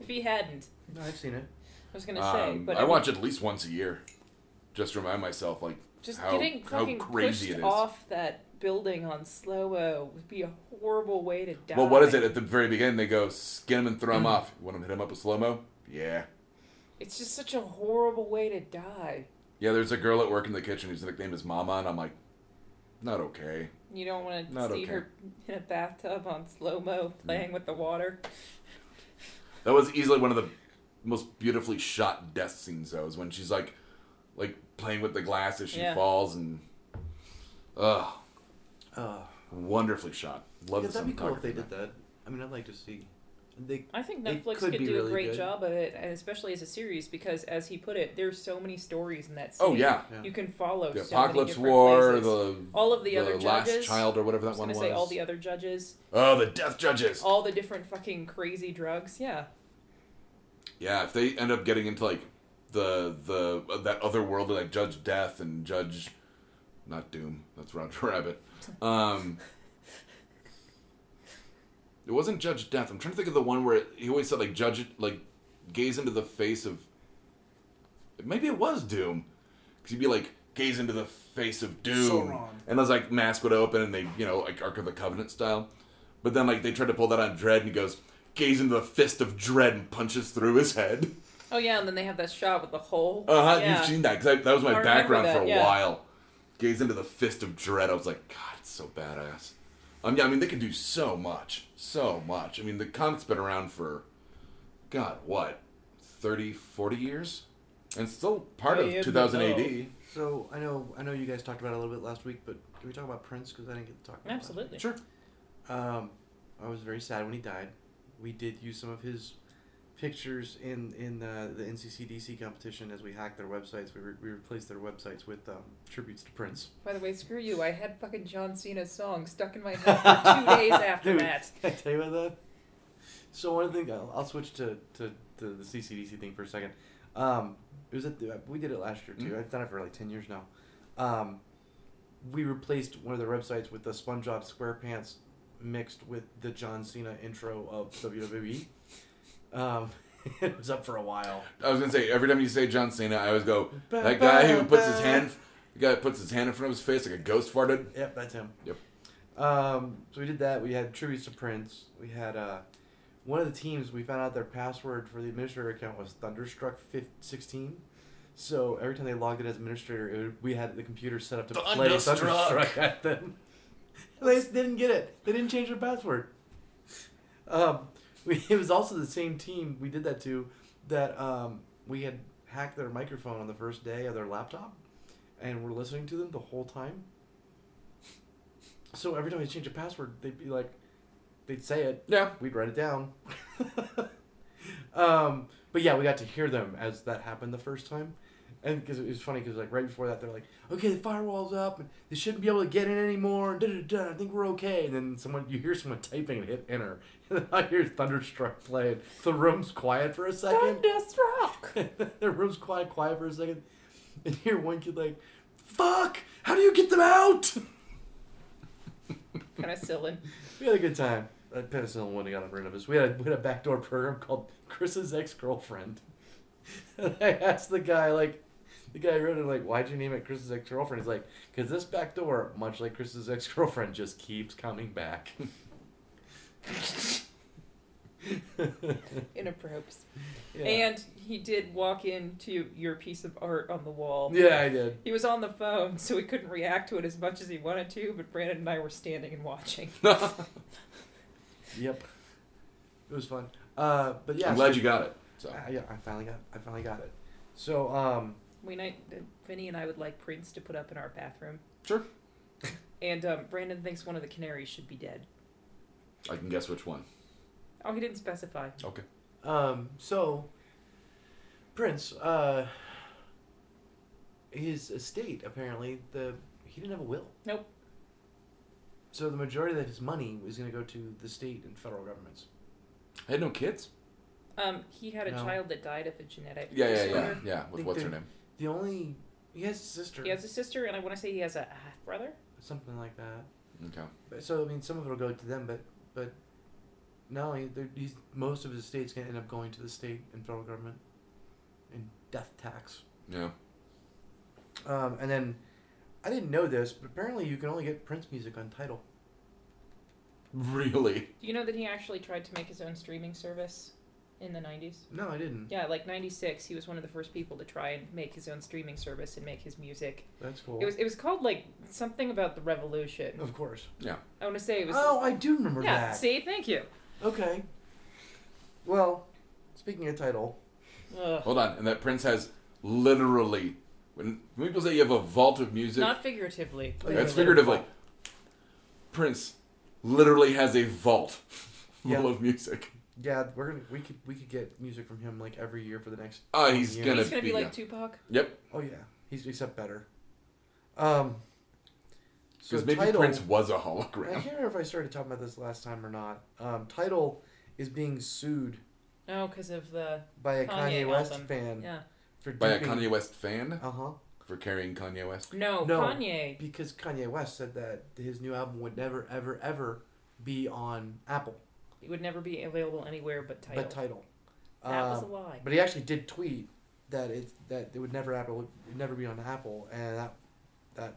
If he hadn't, no, I've seen it. I was gonna say, Um, but I watch it at least once a year, just to remind myself like Just how getting how fucking crazy pushed it is. off that building on slow mo would be a horrible way to die. well, what is it at the very beginning? They go skin him and throw Mm-hmm. him off. You want him to hit him up with slow mo? Yeah, It's just such a horrible way to die. yeah. There's a girl at work in the kitchen whose nickname is Mama, and I'm like, not okay. You don't want to Not okay. see Mm. her in a bathtub on slow mo playing with the water. That was easily one of the most beautifully shot death scenes though. Is when she's like, like playing with the glass as she Yeah. falls and, ugh, Oh. wonderfully shot. Uh, Love yeah, the that'd be cool if they cinematography. did that. I mean, I'd like to see. They I think It Netflix could could be do a really great good. job of it, and especially as a series, because as he put it, there's so many stories in that. Scene. Oh yeah, Yeah. you can follow the so Apocalypse many different War, places. the all of the, the other last judges. child or whatever I that was one gonna was. say all the other judges, oh, the death judges. all the different fucking crazy drugs. Yeah, Yeah, if they end up getting into like the the uh, that other world like Judge Death and Judge, not Doom. That's Roger Rabbit. Um, it wasn't Judge Death. I'm trying to think of the one where he always said like Judge like gaze into the face of. Maybe it was Doom, because he'd be like gaze into the face of Doom, Sauron. and I was like mask would open and they you know like Ark of the Covenant style. But then, like, they tried to pull that on Dread, and he goes, gaze into the fist of Dread and punches through his head. oh yeah, and then they have that shot with the hole. Uh huh. Yeah. You've seen that because that was I my remember background that, for a yeah. while. Gaze into the fist of Dread. I was like, God, it's so badass. Um, yeah, I mean, they can do so much, so much. I mean, the comic's been around for, God, what, 30, 40 years, and it's still part Yeah, of 2000 no. AD. So I know I know you guys talked about it a little bit last week, but can we talk about Prince? Because I didn't get to talk. About it last week. Absolutely. Sure. Um, I was very sad when he died. We did use some of his pictures in in uh, the NCCDC competition as we hacked their websites. We, re- we replaced their websites with um, tributes to Prince. By the way, screw you. I had fucking John Cena's song stuck in my head for two days after Dude, that. I tell you what, that. So one thing, I'll, I'll switch to, to, to the CCDC thing for a second. Um, it was at the, we did it last year too. Mhm. I've done it for like ten years now. Um, we replaced one of their websites with the SpongeBob SquarePants mixed with the John Cena intro of WWE. Um, it was up for a while. I was gonna say every time you say John Cena, I always go that guy who puts his hand, the guy that puts his hand in front of his face like a ghost farted. Yep, that's him. Yep. Um, so we did that. We had tributes to Prince. We had uh, one of the teams. We found out their password for the administrator account was Thunderstruck fif- sixteen. So every time they logged in as administrator, it would, we had the computer set up to play Thunderstruck. Thunderstruck at them. they just didn't get it. They didn't change their password. Um, we, it was also the same team we did that to that um, we had hacked their microphone on the first day of their laptop, and we're listening to them the whole time. So every time they change a password, they'd be like, they'd say it, Yeah, we'd write it down. um, but yeah, we got to hear them as that happened the first time. And because it was funny, because like right before that, they're like, okay, the firewall's up, and they shouldn't be able to get in anymore, and da da da, I think we're okay. And then someone, you hear someone typing and hit enter. And then I hear Thunderstruck playing. The room's quiet for a second. Thunderstruck. the room's quiet, quiet for a second, and hear one kid like, "Fuck! How do you get them out?" kind of silly. We had a good time. That penicillin wouldn't have gotten rid of us. We had a, we had a backdoor program called Chris's ex girlfriend. And I asked the guy like, the guy wrote it like, "Why'd you name it Chris's ex girlfriend?" He's like, "Cause this backdoor, much like Chris's ex girlfriend, just keeps coming back." In a probes. yeah. And he did walk into your piece of art on the wall. yeah, I did. He was on the phone, so he couldn't react to it as much as he wanted to, but Brandon and I were standing and watching. Yep, it was fun. Uh, but yeah, I'm so- glad you got it. So I, yeah, I finally got I finally got it. So um We night Vinny and I would like prints to put up in our bathroom. Sure. And um, Brandon thinks one of the canaries should be dead. I can guess which one. Oh, he didn't specify. Okay. um so Prince uh his estate apparently the he didn't have a will. Nope. So the majority of his money was going to go to the state and federal governments. I had no kids. Um, he had a No. child that died of a genetic Yeah, yeah, disorder. yeah, yeah. With Think what's her they're- name? The only he has a sister He has a sister, and I want to say he has a half brother. something like that. Okay. But- So I mean some of it will go to them but but no, he, they're- he's, most of his estate's going to end up going to the state and federal government and death tax. Yeah. Um, and then I didn't know this, but apparently you can only get Prince music on Title. Really? Do you know that he actually tried to make his own streaming service in the 90s? No, I didn't. Yeah, like 96, he was one of the first people to try and make his own streaming service and make his music. That's cool. It was it was called like something about the revolution. of course. I want to say it was Oh, I do remember Yeah, that. see, thank you. Okay. Well, speaking of Title, Ugh. Hold on. And that Prince has literally. When when people say you have a vault of music, Not figuratively. Oh, yeah. that's literally. figuratively. Prince literally has a vault full Yeah. of music. yeah, we're gonna we could we could get music from him like every year for the next. Oh, he's Yeah. gonna, He's gonna be. be like Tupac. yep. Oh yeah, he's except better. Um. So Because maybe Title- Prince was a I hologram. can't remember if I started talking about this last time or not. Um, title is being sued No, because Oh, of the by a Kanye, Kanye West album. fan yeah. for By a Kanye West fan Uh huh. for carrying Kanye West. No, No. Kanye. because Kanye West said that his new album would never, ever, ever be on Apple, It would never be available anywhere but title. but title. that was a Um, lie. but he actually did tweet that it that it would never Apple would never be on Apple, and that that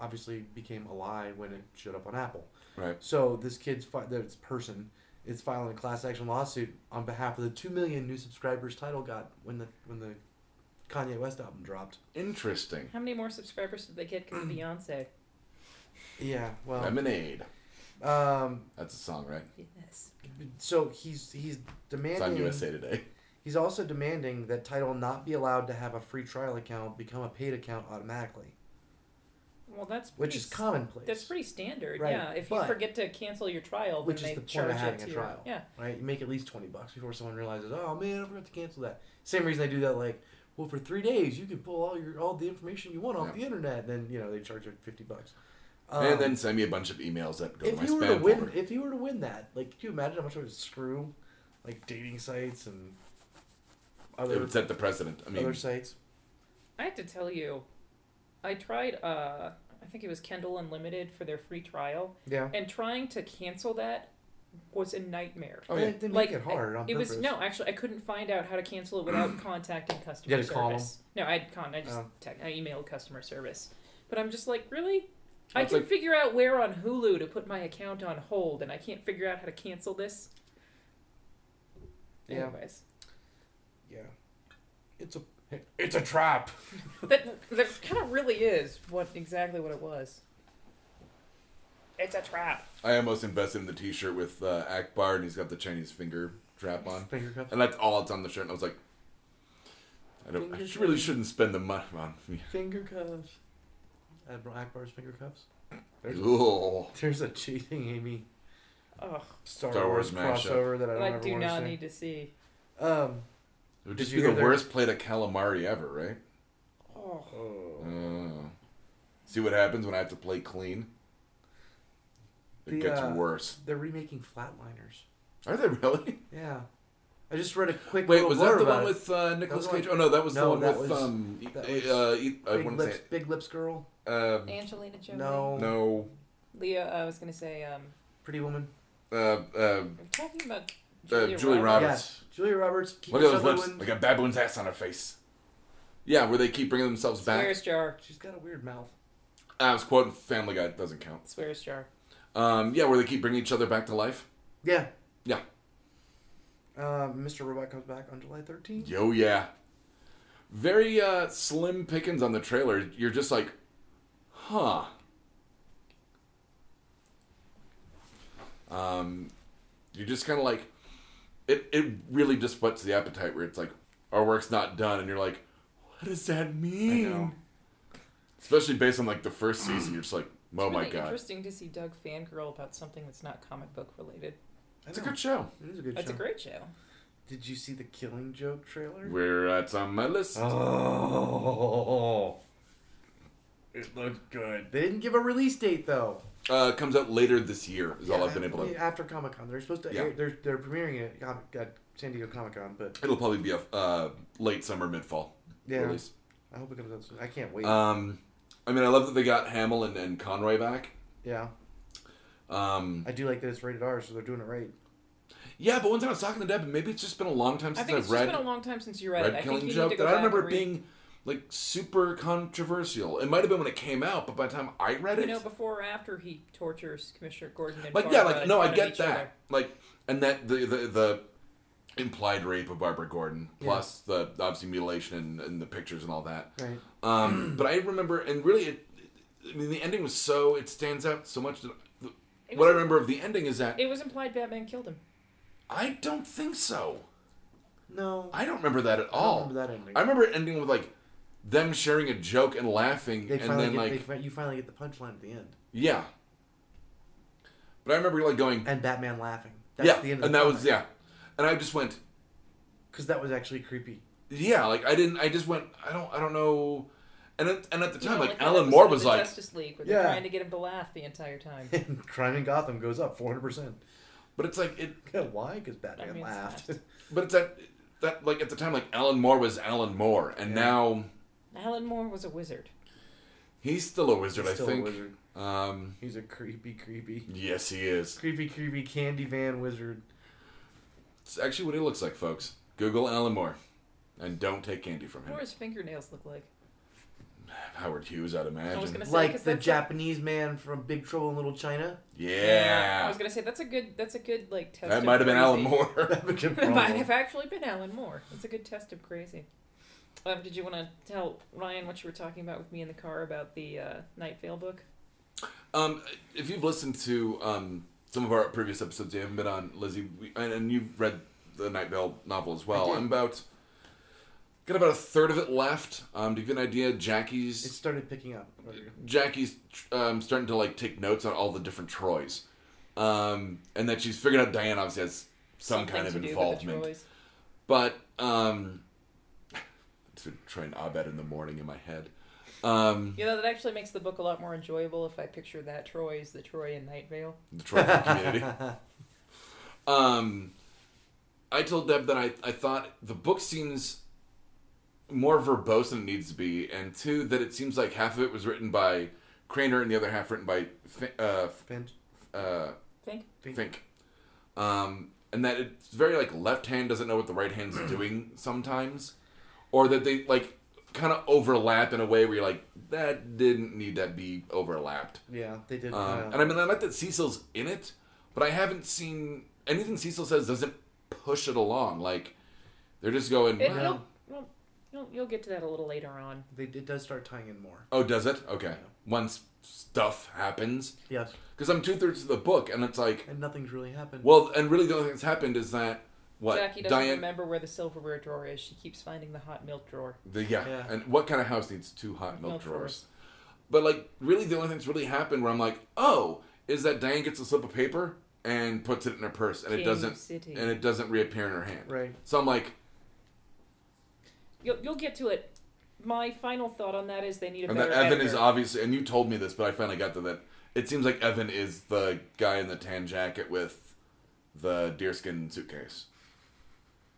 obviously became a lie when it showed up on Apple. Right. So this kid's fi- this person is filing a class action lawsuit on behalf of the two million new subscribers title got when the when the Kanye West album dropped. Interesting. How many more subscribers did they get because of Beyonce? Yeah, well, Lemonade. um, That's a song, right? Yes. so he's he's It's demanding. on USA Today. He's also demanding that Title not be allowed to have a free trial account become a paid account automatically. Well, that's which pretty is s- commonplace. That's pretty standard. Right, Yeah. If but- you forget to cancel your trial, then Which is they the point of charge having it a to trial. Your, yeah. right? You make at least twenty bucks before someone realizes, oh man, I forgot to cancel that. Same reason they do that, like, well, for three days you can pull all your all the information you want off Yeah. the internet. Then you know they charge you fifty bucks. and then send me a bunch of emails that go to um, my if you were to spam win, folder. if you were to win that, like, could you imagine how much I would screw, like dating sites and it other would set the precedent. I mean, other sites? I have to tell you, I tried. Uh, I think it was Kendall Unlimited for their free trial, Yeah, and trying to cancel that was a nightmare. oh They- yeah, they make Like, it hard on It purpose. was no, actually, I couldn't find out how to cancel it without contacting customer had to call service. No, I had con. I just Oh. tec- I emailed customer service, but I'm just like, really? I That's can like- figure out where on Hulu to put my account on hold, and I can't figure out how to cancel this. Yeah. Anyways, Yeah, it's a it's a trap. that that kind of really is what exactly what it was. It's a trap. I almost invested in the T-shirt with uh, Akbar, and he's got the Chinese finger trap on, Finger cuffs. and that's all it's on the shirt. And I was like, I don't, I Finger sh- really cuffs. shouldn't spend the money on. Finger cuffs. Admiral Akbar's finger cuffs. There's, Ooh. there's a cheating Amy Ugh, Star, Star Wars, Wars mashup. crossover that I that don't I ever do want not to see. need to see. Um, It would Did just you be hear the their- worst plate of calamari ever, right? Oh, oh. Uh, see what happens when I have to play clean. It The, gets uh, worse. they're remaking Flatliners. Are they really? Yeah, I just read a quick Wait, little was blurb that the about one it. with uh, Nicolas That was Cage? Oh no, that was No, the one that with was- um. e- that was uh, e- I Big want to lips, say big lips girl. um, Angelina Jolie. No, no. Leah. I was gonna say. Um, Pretty Woman. Uh, uh, I'm talking about uh, Julia Julie Roberts. Roberts. Julia Roberts. Look Kiefer at those lips, Sutherland. like a baboon's ass on her face. Yeah, where they keep bringing themselves back. Swears jar. She's got a weird mouth. I was quoting Family Guy. it Doesn't count. Swears jar. Um, yeah, where they keep bringing each other back to life. Yeah. Yeah. Uh, Mr. Robot comes back on July 13th. Yo, yeah. Very uh, slim pickings on the trailer. You're just like, huh. Um, you're just kind of like, it, it really just whets the appetite where it's like, our work's not done. And you're like, what does that mean? know. Especially based on like the first season, you're just like, oh It's my really god. Interesting to see Doug fangirl about something that's not comic book related. I It's a know. good show. It is a good That's show. a great show. Did you see the Killing Joke Mm-hmm. trailer? Where that's on um, my list. Oh. It looked good. They didn't give a release date though. Uh, comes out later this year, is all I've been able to. After Comic Con, they're supposed to. Yeah. air- They're they're premiering it at, Comic, at San Diego Comic Con, but It'll probably be a uh, late summer, mid fall yeah, release. I hope it comes out soon. I can't wait. Um, I mean, I love that they got Hamill and, and Conroy back. yeah, Um, I do like that it's rated R, so they're doing it right. yeah, but one time I was talking to Deb, and maybe it's just been a long time I since think it's I've just read been a long time since you read, it. Red I think Killing you Joke need to go that I back remember and it read- being like super controversial. It might have been when it came out, but by the time I read You it, know, before or after he tortures Commissioner Gordon and like yeah, Barbara like in no, I front of get each that. other. Like, and that the the. the implied rape of Barbara Gordon, Yeah. plus the obviously mutilation and, and the pictures and all that. Right. Mm. Um, but I remember, and really, it, I mean, the ending was so it stands out so much. That the, It what I was- remember of the ending is that It was implied Batman killed him. I don't think so. No, I don't remember that at I all. remember that ending. I remember it ending with like them sharing a joke and laughing, they and finally then get, like they fi- you finally get the punchline at the end, yeah. But I remember like going and Batman laughing. yeah, and that was yeah, and I just went because that was actually creepy. yeah, like I didn't, I just went I don't, I don't know, and at, and at the You time know, like, that Alan episode Moore of was the like Justice League, where they're Yeah. trying to get him to laugh the entire time. Crime in Gotham goes up four hundred percent. but it's like it Why? Because Batman I mean, it's laughed. not. But it's that that like at the time like Alan Moore was Alan Moore, and Yeah. now Alan Moore was a wizard. he's still a wizard. He's still I a think. wizard. Um, He's a creepy, creepy, yes, he is. creepy, creepy candy van wizard. It's actually what he looks like, folks. Google Alan Moore, and don't take candy from What him. do his fingernails look like? Howard Hughes, I'd imagine. I was gonna say Like 'cause the that's a- Japanese man from Big Trouble in Little China. Yeah, I was gonna say that's a good. That's a good like test. that of might have been Alan crazy. Moore. It Oh. might have actually been Alan Moore. It's a good test of crazy. Um, did you want to tell Ryan what you were talking about with me in the car about the uh, Night Vale book? um, if you've listened to um some of our previous episodes, you haven't been on Lizzie, we, and, and you've read the Night Vale novel as well. did. I'm about Got about a third of it left. Um, to give you an idea, Jackie's It started picking up. Jackie's um, starting to like take notes on all the different Troys, um, and that she's figured out Diane obviously has some Something kind of to do with the involvement. Troys. But um, to try and Abed in the morning in my head. Um, You know, that actually makes the book a lot more enjoyable if I picture that Troy as the Troy in Night Vale. the Troy community. Um, I told Deb that I, I thought the book seems more verbose than it needs to be, and two, that it seems like half of it was written by Craner and the other half written by Fi- uh, Fin- uh, Think? Fin- Think. Um, and that it's very like left hand doesn't know what the right hand's doing sometimes, or that they like kind of overlap in a way where you're like that didn't need to be overlapped. Yeah, they did. Um, uh, and I mean, I like that Cecil's in it, but I haven't seen anything Cecil says doesn't push it along. Like they're just going. It, "Well." you'll, you'll, you'll, you'll get to that a little later on. they, it does start tying in more. Oh, does it? Okay. Once stuff happens, Yes, because I'm two thirds of the book, and it's like, and nothing's really happened. well, and really the only thing that's happened is that what Jackie doesn't remember where the silverware drawer is. She keeps finding the hot milk drawer. The, yeah. Yeah. And what kind of house needs two hot milk Milk drawers? drawers. But like, really, the only thing that's really happened where I'm like, oh, is that Diane gets a slip of paper and puts it in her purse, and it King doesn't, City. and it doesn't reappear in her hand. right. So I'm like, You'll, you'll get to it. My final thought on that is they need a and that better Evan editor. is obviously, and you told me this, but I finally got to that. It seems like Evan is the guy in the tan jacket with the deerskin suitcase,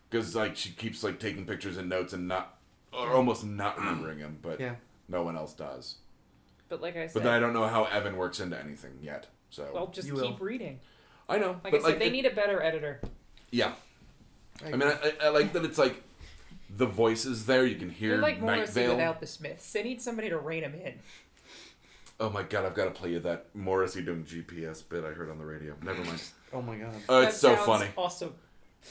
because like she keeps like taking pictures and notes and not, or almost not remembering him, but Yeah. no one else does. But like I said, But then I don't know how Evan works into anything yet. So I'll just You keep will. reading. I know, Like but I said, like they it- need a better editor. yeah. I mean, I, I I like that it's like the voice is there. You can hear They're like Night Morrissey Vale. without the Smiths. They need somebody to rein them in. Oh my god, I've got to play you that Morrissey doing GPS bit I heard on the radio. Never mind. oh my god. Oh, it's That so sounds funny. Awesome.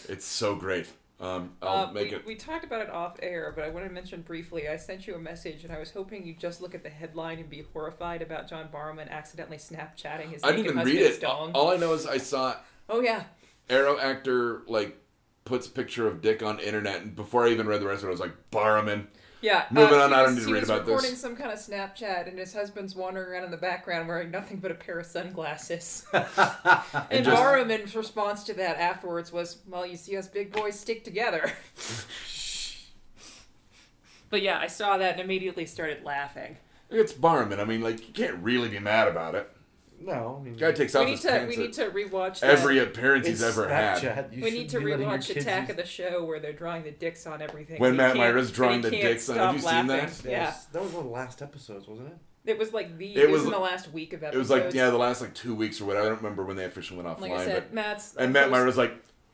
It's so great. Um, I'll Uh, make we, it. we talked about it off air, but I want to mention briefly. I sent you a message, and I was hoping you'd just look at the headline and be horrified about John Barrowman accidentally Snapchatting his I didn't naked even read husband's it. dong. All I know is I saw oh yeah, Arrow actor like puts picture of dick on internet, and before I even read the rest of it, I was like, Barman. yeah. Moving uh, on, he I don't was- need to he read was about this. recording some kind of Snapchat, and his husband's wandering around in the background wearing nothing but a pair of sunglasses. and just- Barrowman's response to that afterwards was, "Well, you see us big boys stick together." but yeah, I saw that and immediately started laughing. It's Barman. I mean, like you can't really be mad about it. No, I mean, Guy takes We off need his to we pants need at to rewatch that. every appearance it's he's ever Snapchat. had. You We shouldn't need to be letting your rewatch kids Attack use- of the Show where they're drawing the dicks on everything. When We Matt can't- Myra's drawing we the can't dicks on- have stop you seen laughing. that? That Yeah, was, that was one of the last episodes, wasn't it? it was like the. It It was was- in the last week of It was episodes. like yeah, the last like two weeks or whatever. I don't remember when they officially went offline. Like I said, but Matt's. and Matt Myra was like,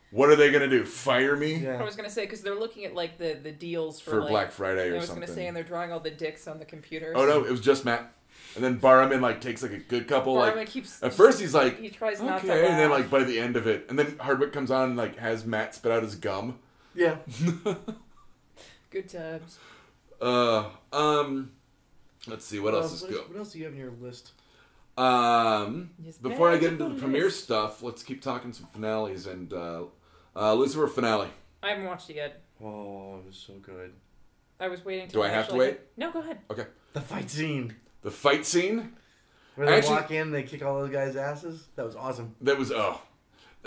"What are they gonna do? Fire me I Yeah. was gonna say because they're looking at like the the deals for, for like, Black Friday I or was something?" gonna say, and they're drawing all the dicks on the computer. Oh no, it was just Matt. And then Barman like takes like a good couple. Barman like keeps. at first he's like, he tries not to. okay, and then laugh. like by the end of it, and then Hardwick comes on and like has Matt spit out his gum. Yeah. good times. Uh, um, let's see what Uh, else is what, good. what else do you have in your list? Um, Yes, before I Matt, get into the yes. premiere stuff, let's keep talking some finales and uh, uh, Lucifer finale. I haven't watched it yet. Oh, it was so good. I was waiting. Do I have to actually- wait? No, go ahead. The fight scene The fight scene where they Actually- walk in, they kick all those guys' asses. That was awesome. that was oh,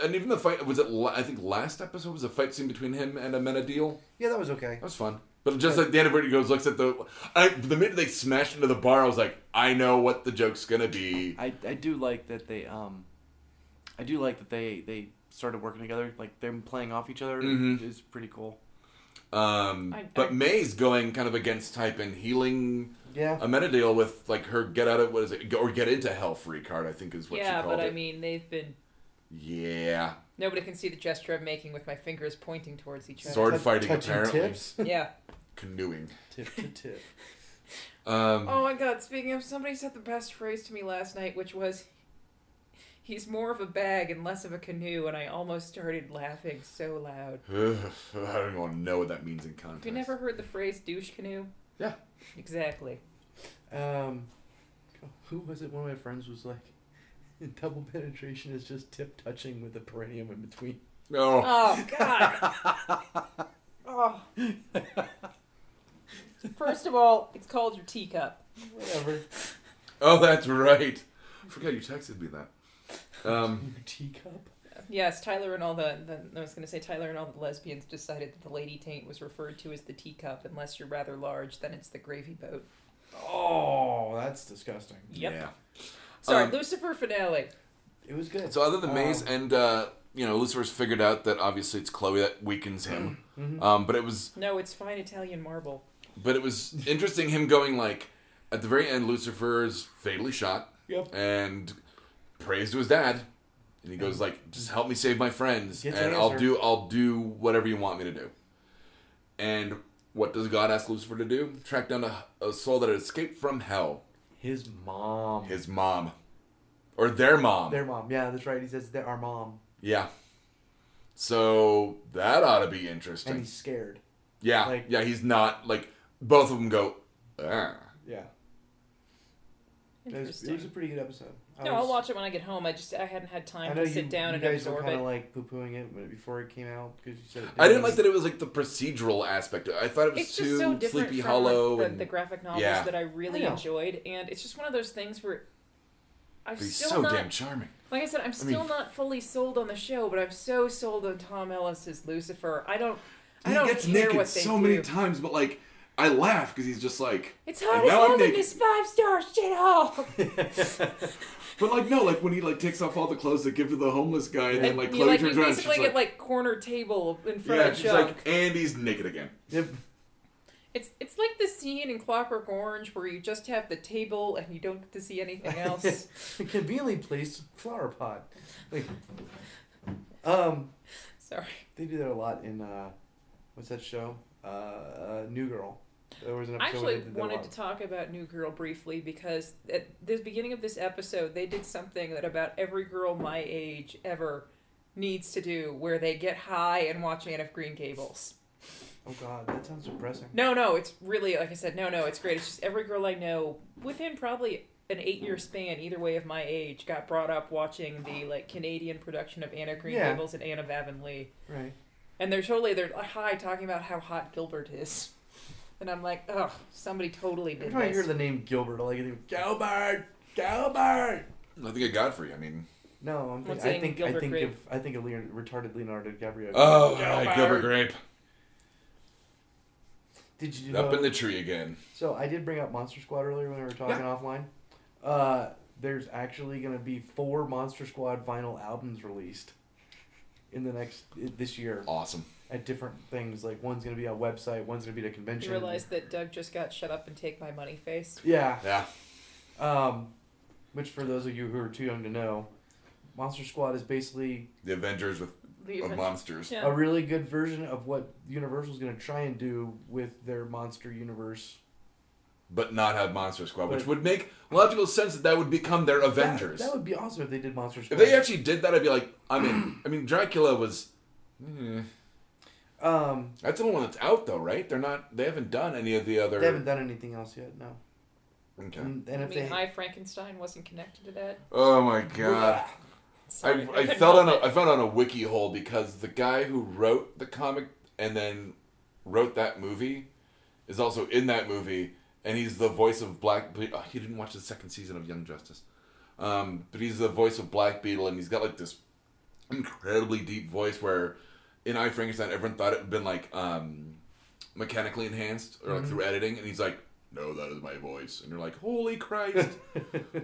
and even the fight was it? la- I think last episode was a fight scene between him and a Menadil. Yeah, that was okay. That was fun. But just like the end of it, he goes, looks at the. I, the minute they smashed into the bar, I was like, I know what the joke's gonna be. I, I do like that they um, I do like that they they started working together. Like them playing off each other Mhm. is pretty cool. Um, I- but I- May's going kind of against type and healing Yeah. Amenadiel with like her get out of what is it or get into hell free card. I think is what yeah, she called but it. I mean, they've been yeah, Nobody can see the gesture I'm making with my fingers pointing towards each other. sword Tou- fighting touching apparently, tips? Yeah. canoeing. Tip to tip. Um, Oh my god, speaking of, somebody said the best phrase to me last night, which was, he's more of a bag and less of a canoe, and I almost started laughing so loud. I don't even want to know what that means in Have context. Oh. you never heard the phrase douche canoe? Yeah. Exactly. Um, who was it? One of my friends was like, "Double penetration is just tip touching with the perineum in between." Oh, Oh god. oh. First of all, it's called your teacup. Whatever. Oh, that's right. I forgot you texted me that. Um, Your teacup. Yes, Tyler and all the, the I was going to say Tyler and all the lesbians decided that the lady taint was referred to as the teacup unless you're rather large, then it's the gravy boat. Oh, that's disgusting. Yep. Yeah. Sorry, Um, Lucifer finale. It was good. So other than Um, Maze and uh, you know Lucifer's figured out that obviously it's Chloe that weakens him. Mhm. Um, but it was No, it's fine Italian marble. but it was interesting him going like at the very end Lucifer's fatally shot Yep. and prays to his dad and he goes like just help me save my friends Get and your I'll answer." do I'll do whatever you want me to do. And what does God ask Lucifer to do? Track down a, a soul that had escaped from hell, His mom. his mom or their mom. Their mom. Yeah, that's right. He says they're our mom, yeah. So that ought to be interesting. and he's scared. Yeah, Like- yeah, he's not like both of them go. "Ah." Yeah. It was, Interesting. it was a pretty good episode. I no, was, I'll watch it when I get home. I just I hadn't had I time know to you, sit down you and guys absorb were kind it. of like poo pooing it when- before it came out because you said it I didn't like that it was like the procedural aspect. I thought it was it's too just so different Sleepy from Hollow like, the, and the graphic novels Yeah. that I I really know. enjoyed, and it's just one of those things where I'm he's still so not. damn charming. Like I said, I'm still mean- not fully sold on the show, but I'm so sold on Tom Ellis's Lucifer. I don't. I don't care what they do. times, but like I laugh because he's just like. It's And hard as now I'm hell in naked. this five star shithole. But like no, like when he like takes off all the clothes to give to the homeless guy, and And you like you basically get like corner table in front of Chuck. and he's naked again. Yep. It's it's like the scene in Clockwork Orange where you just have the table and you don't get to see anything else. Conveniently placed flower pot. Like, um, Sorry. they do that a lot in uh, what's that show? Uh, uh New Girl. There was an I episode. where actually they did that a wanted lot. to talk about New Girl briefly because at the beginning of this episode, they did something that about every girl my age ever needs to do, where they get high and watch Anne of Green Gables. Oh God, that sounds depressing. No, no, it's really like I said. No, no, it's great. It's just every girl I know within probably an eight-year span, either way of my age, got brought up watching the like Canadian production of Anna Green Yeah. Gables and Anne of Avonlea, Right. and they're totally they're high talking about how hot Gilbert is, and I'm like, oh, somebody totally Every did time I hear this. the name Gilbert, all I can think Gilbert, Gilbert. I think I got for you. I mean, No, I'm What's thinking, I in think I Gilbert think Grape? of I think of Leonardo, retarded Leonardo DiCaprio. oh, Gilbert. Gilbert Grape Did you up know- in the tree again. So I did bring up Monster Squad earlier when we were talking offline. Uh, there's actually going to be four Monster Squad vinyl albums released in the next i- this year Awesome. at different things. Like one's going to be a website, one's going to be at a You convention. realize that Doug just got shut up and take my money face. Yeah. Yeah. Um, which for those of you who are too young to know, Monster Squad is basically The Avengers with The of Avengers- monsters. Yeah. a really good version of what Universal's going to try and do with their Monster Universe. but not have Monster Squad, which But- would make logical sense that that would become their Avengers. That, that would be awesome if they did Monster if Squad. they actually did that, I'd be like, I mean, I mean, Dracula was. eh, um, that's the only one that's out though, right? They're not. They haven't done any of the other. they haven't Mm. done anything else yet. No. Okay. And, and I if mean, they, High Frankenstein wasn't connected to that. Oh my god! Sorry, I, I couldn't fell on help a it. I found on a wiki hole because the guy who wrote the comic and then wrote that movie is also in that movie, and he's the voice of Black. Be- Oh, he didn't watch the second season of Young Justice, um, but he's the voice of Black Beetle, and he's got like this incredibly deep voice where in I Frankenstein everyone thought it had been like um, mechanically enhanced or like Mm-hmm. through editing, and he's like, "No, that is my voice," and you're like, "Holy Christ!"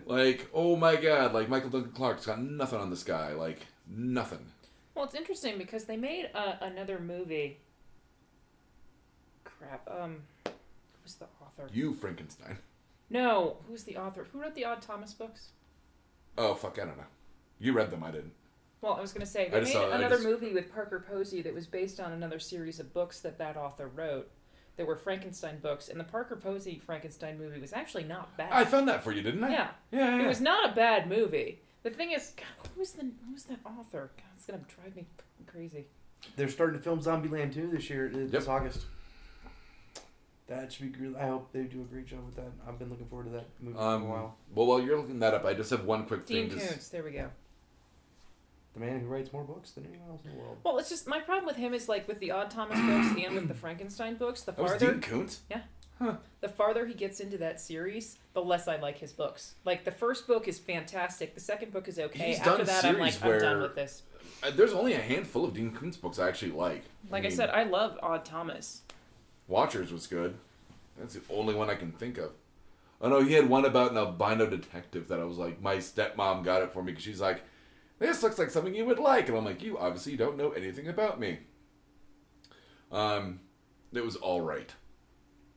like, oh my God! Like Michael Duncan Clark's got nothing on this guy, like nothing. Well, it's interesting because they made uh, another movie. Crap. Um, who's the author? You Frankenstein. No, who's the author? Who wrote the Odd Thomas books? Oh fuck, I don't know. You read them, I didn't. Well, I was gonna say I they made just saw- I another just- movie with Parker Posey that was based on another series of books that that author wrote. That were Frankenstein books, and the Parker Posey Frankenstein movie was actually not bad. I found that for you, didn't I? yeah, Yeah. it yeah. was not a bad movie. The thing is, God, who's the who's that author? God, it's gonna drive me fucking crazy. they're starting to film Zombieland 2 this year, uh, this Yep. August. That should be great. I hope they do a great job with that. I've been looking forward to that movie for Um, a while. well, while you're looking that up, I just have one quick Dean thing. to s- Koontz. There we go. The man who writes more books than anyone else in the world. Well, it's just my problem with him is like with the Odd Thomas books and with the Frankenstein books. The That was farther Oh, Dean Koontz. Yeah. the farther he gets into that series, the less I like his books. Like the first book is fantastic. The second book is okay. He's After done that, I'm like, series I'm done where- with this. Uh, There's only a handful of Dean Koontz books I actually like. Like I mean, said, I love Odd Thomas. Watchers was good. That's the only one I can think of. Oh no, he had one about an albino detective that I was like, my stepmom got it for me because she's like, this looks like something you would like, and I'm like, you obviously don't know anything about me. Um, it was all right.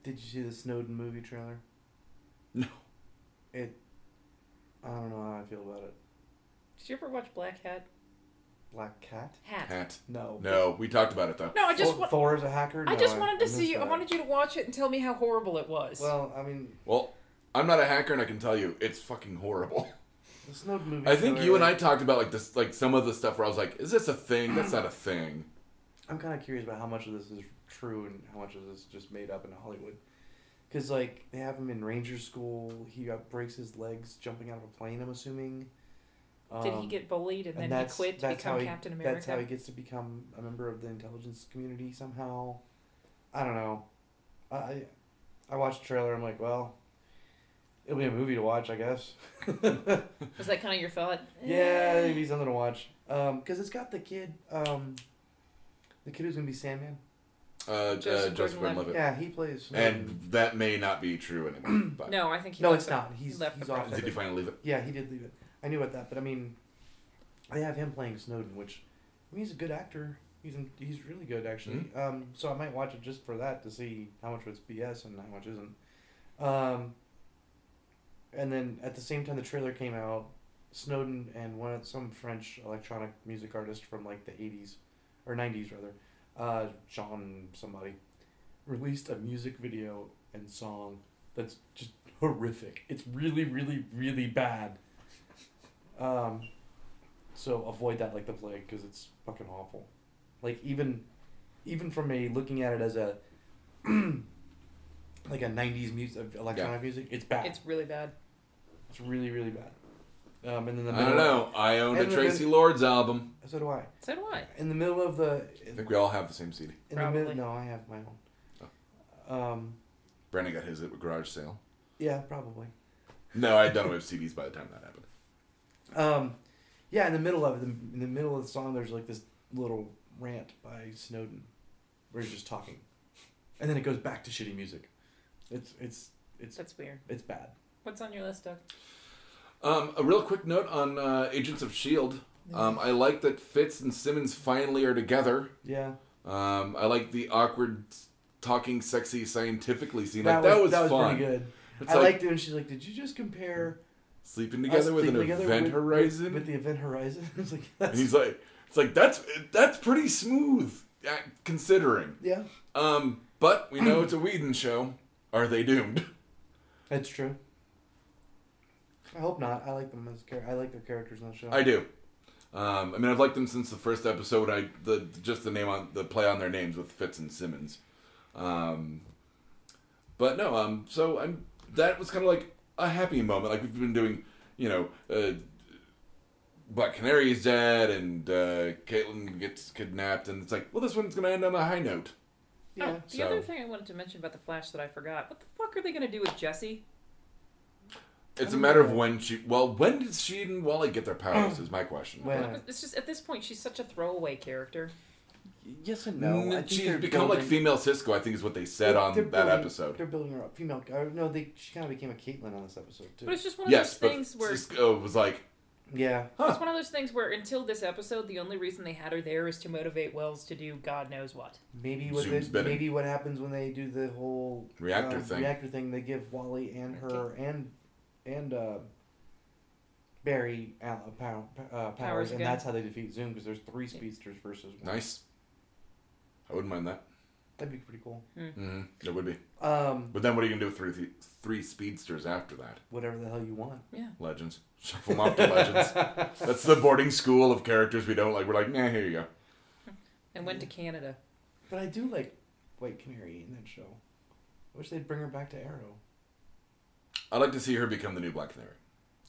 Did you see the Snowden movie trailer? No, It. I don't know how I feel about it. Did you ever watch Black Hat? Black Cat? Hat. hat. No. No, we talked about it though. No, I just Thor, wa- Thor is a hacker. I Oh, No, just wanted to missed see. I that. wanted you to watch it and tell me how horrible it was. Well, I mean, Well, I'm not a hacker, and I can tell you, it's fucking horrible. the Snowden movie. I think trailer, you and I talked about like this, like some of the stuff where I was like, "Is this a thing? That's not a thing." I'm kind of curious about how much of this is true and how much of this is just made up in Hollywood. Because, like, they have him in ranger school. He uh, breaks his legs jumping out of a plane, I'm assuming. Did he Um, get bullied and, then he that's- quit to that's how become he- Captain America? That's how he gets to become a member of the intelligence community somehow. I don't know. I- I I watched the trailer. I'm like, well, it'll be a movie to watch, I guess. Was that kind of your thought? yeah, Eh. it'll be something to watch. Um, cause it's got the kid, um, the kid who's gonna be Sandman. Uh, Joseph uh, Joseph Gordon-Levitt. Gordon-Levitt. Yeah, he plays. And that may not be true anymore. But No, I think he no, left it's the- not. He's left the he's off. of project. did you it. finally leave it? Yeah, he did leave it. I knew about that, but I mean, I have him playing Snowden, which I mean, he's a good actor. He's in, he's really good actually. Um, so I might watch it just for that to see how much was BS and how much isn't. Um, and then at the same time the trailer came out, Snowden and one some French electronic music artist from like the eighties, or nineties rather, uh, Jean somebody, released a music video and song that's just horrific. It's really, really, really bad. Um, so avoid that like the plague because it's fucking awful. Like even, even from a looking at it as a, like a '90s music electronic music, it's bad. It's really bad. It's really, really bad. Um, and in the I middle, don't know. I own a And the- Tracy Lords album. So do I. So do I. In the middle of the, I in, think we all have the same CD. the Probably. middle. No, I have my own. Oh. Um, Brandon got his at a garage sale. yeah, probably. No, I had done away with CDs by the time that happened. Um, yeah, in the middle of it, in the middle of the song, there's like this little rant by Snowden, where he's just talking, and then it goes back to shitty music. It's it's it's That's weird. it's bad. What's on your list, Doug? Um, a real quick note on uh, Agents of Shield. Um, I like that Fitz and Simmons finally are together. Yeah, Um, I like the awkward, talking, sexy, scientifically scene. that, like that was, was, that was fun. pretty good. It's I like liked it when she's like, "Did you just compare sleeping together us with an sleeping together event with- horizon. with the event horizon?" I was like, and That's, he's like, it's like that's that's pretty smooth uh, considering. "Yeah, Um, but we know it's a Whedon show. Are they doomed? that's true." I hope not. I like them as char- I like their characters in the show. I do. Um, I mean, I've liked them since the first episode. I the just the name on the play on their names with Fitz and Simmons. Um, but no, um, so I'm that was kind of like a happy moment. Like we've been doing, you know, uh, Black Canary is dead, and uh, Caitlin gets kidnapped, and it's like, well, this one's gonna end on a high note. yeah. Oh, the So- other thing I wanted to mention about the Flash that I forgot. What the fuck are they gonna do with Jesse? It's a matter of when she. Well, when did she and Wally get their powers? Is my question. Well, Yeah. It's just at this point she's such a throwaway character. Yes and no. No, I think she's they're become like building- female Cisco. I think is what they said They're- on they're that building- episode. They're building her up. Female. Or no, they. She kind of became a Caitlyn on this episode too. But it's just one of Yes, those but things where Cisco was like, yeah. it's one of those things where until this episode, the only reason they had her there is to motivate Wells to do God knows what. Maybe what Zoom's they- better. maybe what happens when they do the whole Reactor um, thing. Reactor thing. They give Wally and her and and uh, Barry uh, power, uh, powers, Powers and again. that's how they defeat Zoom because there's three speedsters versus one. "Nice." I wouldn't mind that. That'd be pretty cool. hmm It would be. Um, But then, what are you gonna do with three th- three speedsters after that? whatever the hell you want. Yeah. Legends. Shuffle them off to legends. That's the boarding school of characters we don't like. We're like, nah, here you go. And went to Mm. Canada. But I do like White Canary in that show. I wish they'd bring her back to Arrow. I'd like to see her become the new Black Canary.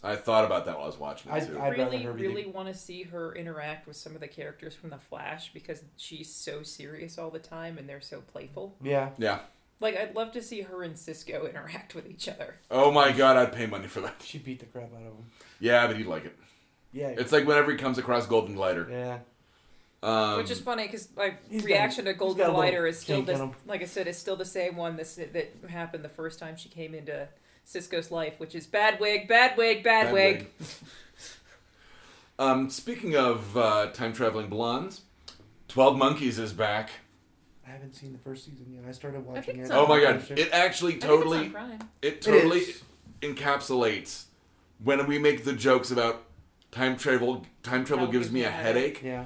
I thought about that while I was watching I- it too. I'd rather really, her be the- really want to see her interact with some of the characters from The Flash because she's so serious all the time and they're so playful. Yeah. yeah, Like I'd love to see her and Cisco interact with each other. Oh my god, I'd pay money for that. She beat the crap out of him. Yeah, but he'd like it. Yeah. It's like whenever he comes across Golden Glider. yeah. Um, Which is funny because my He's got- reaction to he's Golden got a little Glider is still kink in this. him. Like I said, it's still the same one this, that happened the first time she came into Cisco's life, which is bad wig, bad wig, bad, bad wig. wig. um, speaking of uh, time traveling blondes, Twelve Monkeys is back. I haven't seen the first season yet. I started watching think it. it's on- Oh my god, Shit. it actually I think it's on totally, Prime. it totally is. encapsulates when we make the jokes about time travel. Time travel Travel gives me a headache. yeah.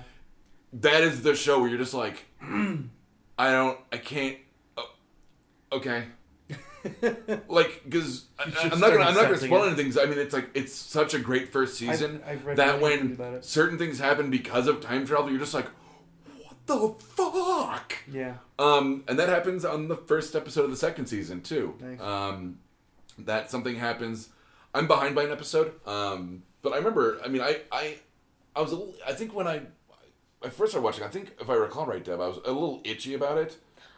that is the show where you're just like, I don't, I can't. oh, okay, like because You should I'm start not gonna, I'm not gonna accepting spoil it. anything. 'cause, I mean, it's like it's such a great first season I've, I've read that really good when about it. certain things happen because of time travel, you're just like, what the fuck? Yeah. Um, and that happens on the first episode of the second season too. Nice. Um, that something happens. I'm behind by an episode, um, but I remember. I mean, I I I was a little, I think when I I first started watching, I think if I recall right, Deb, I was a little itchy about it.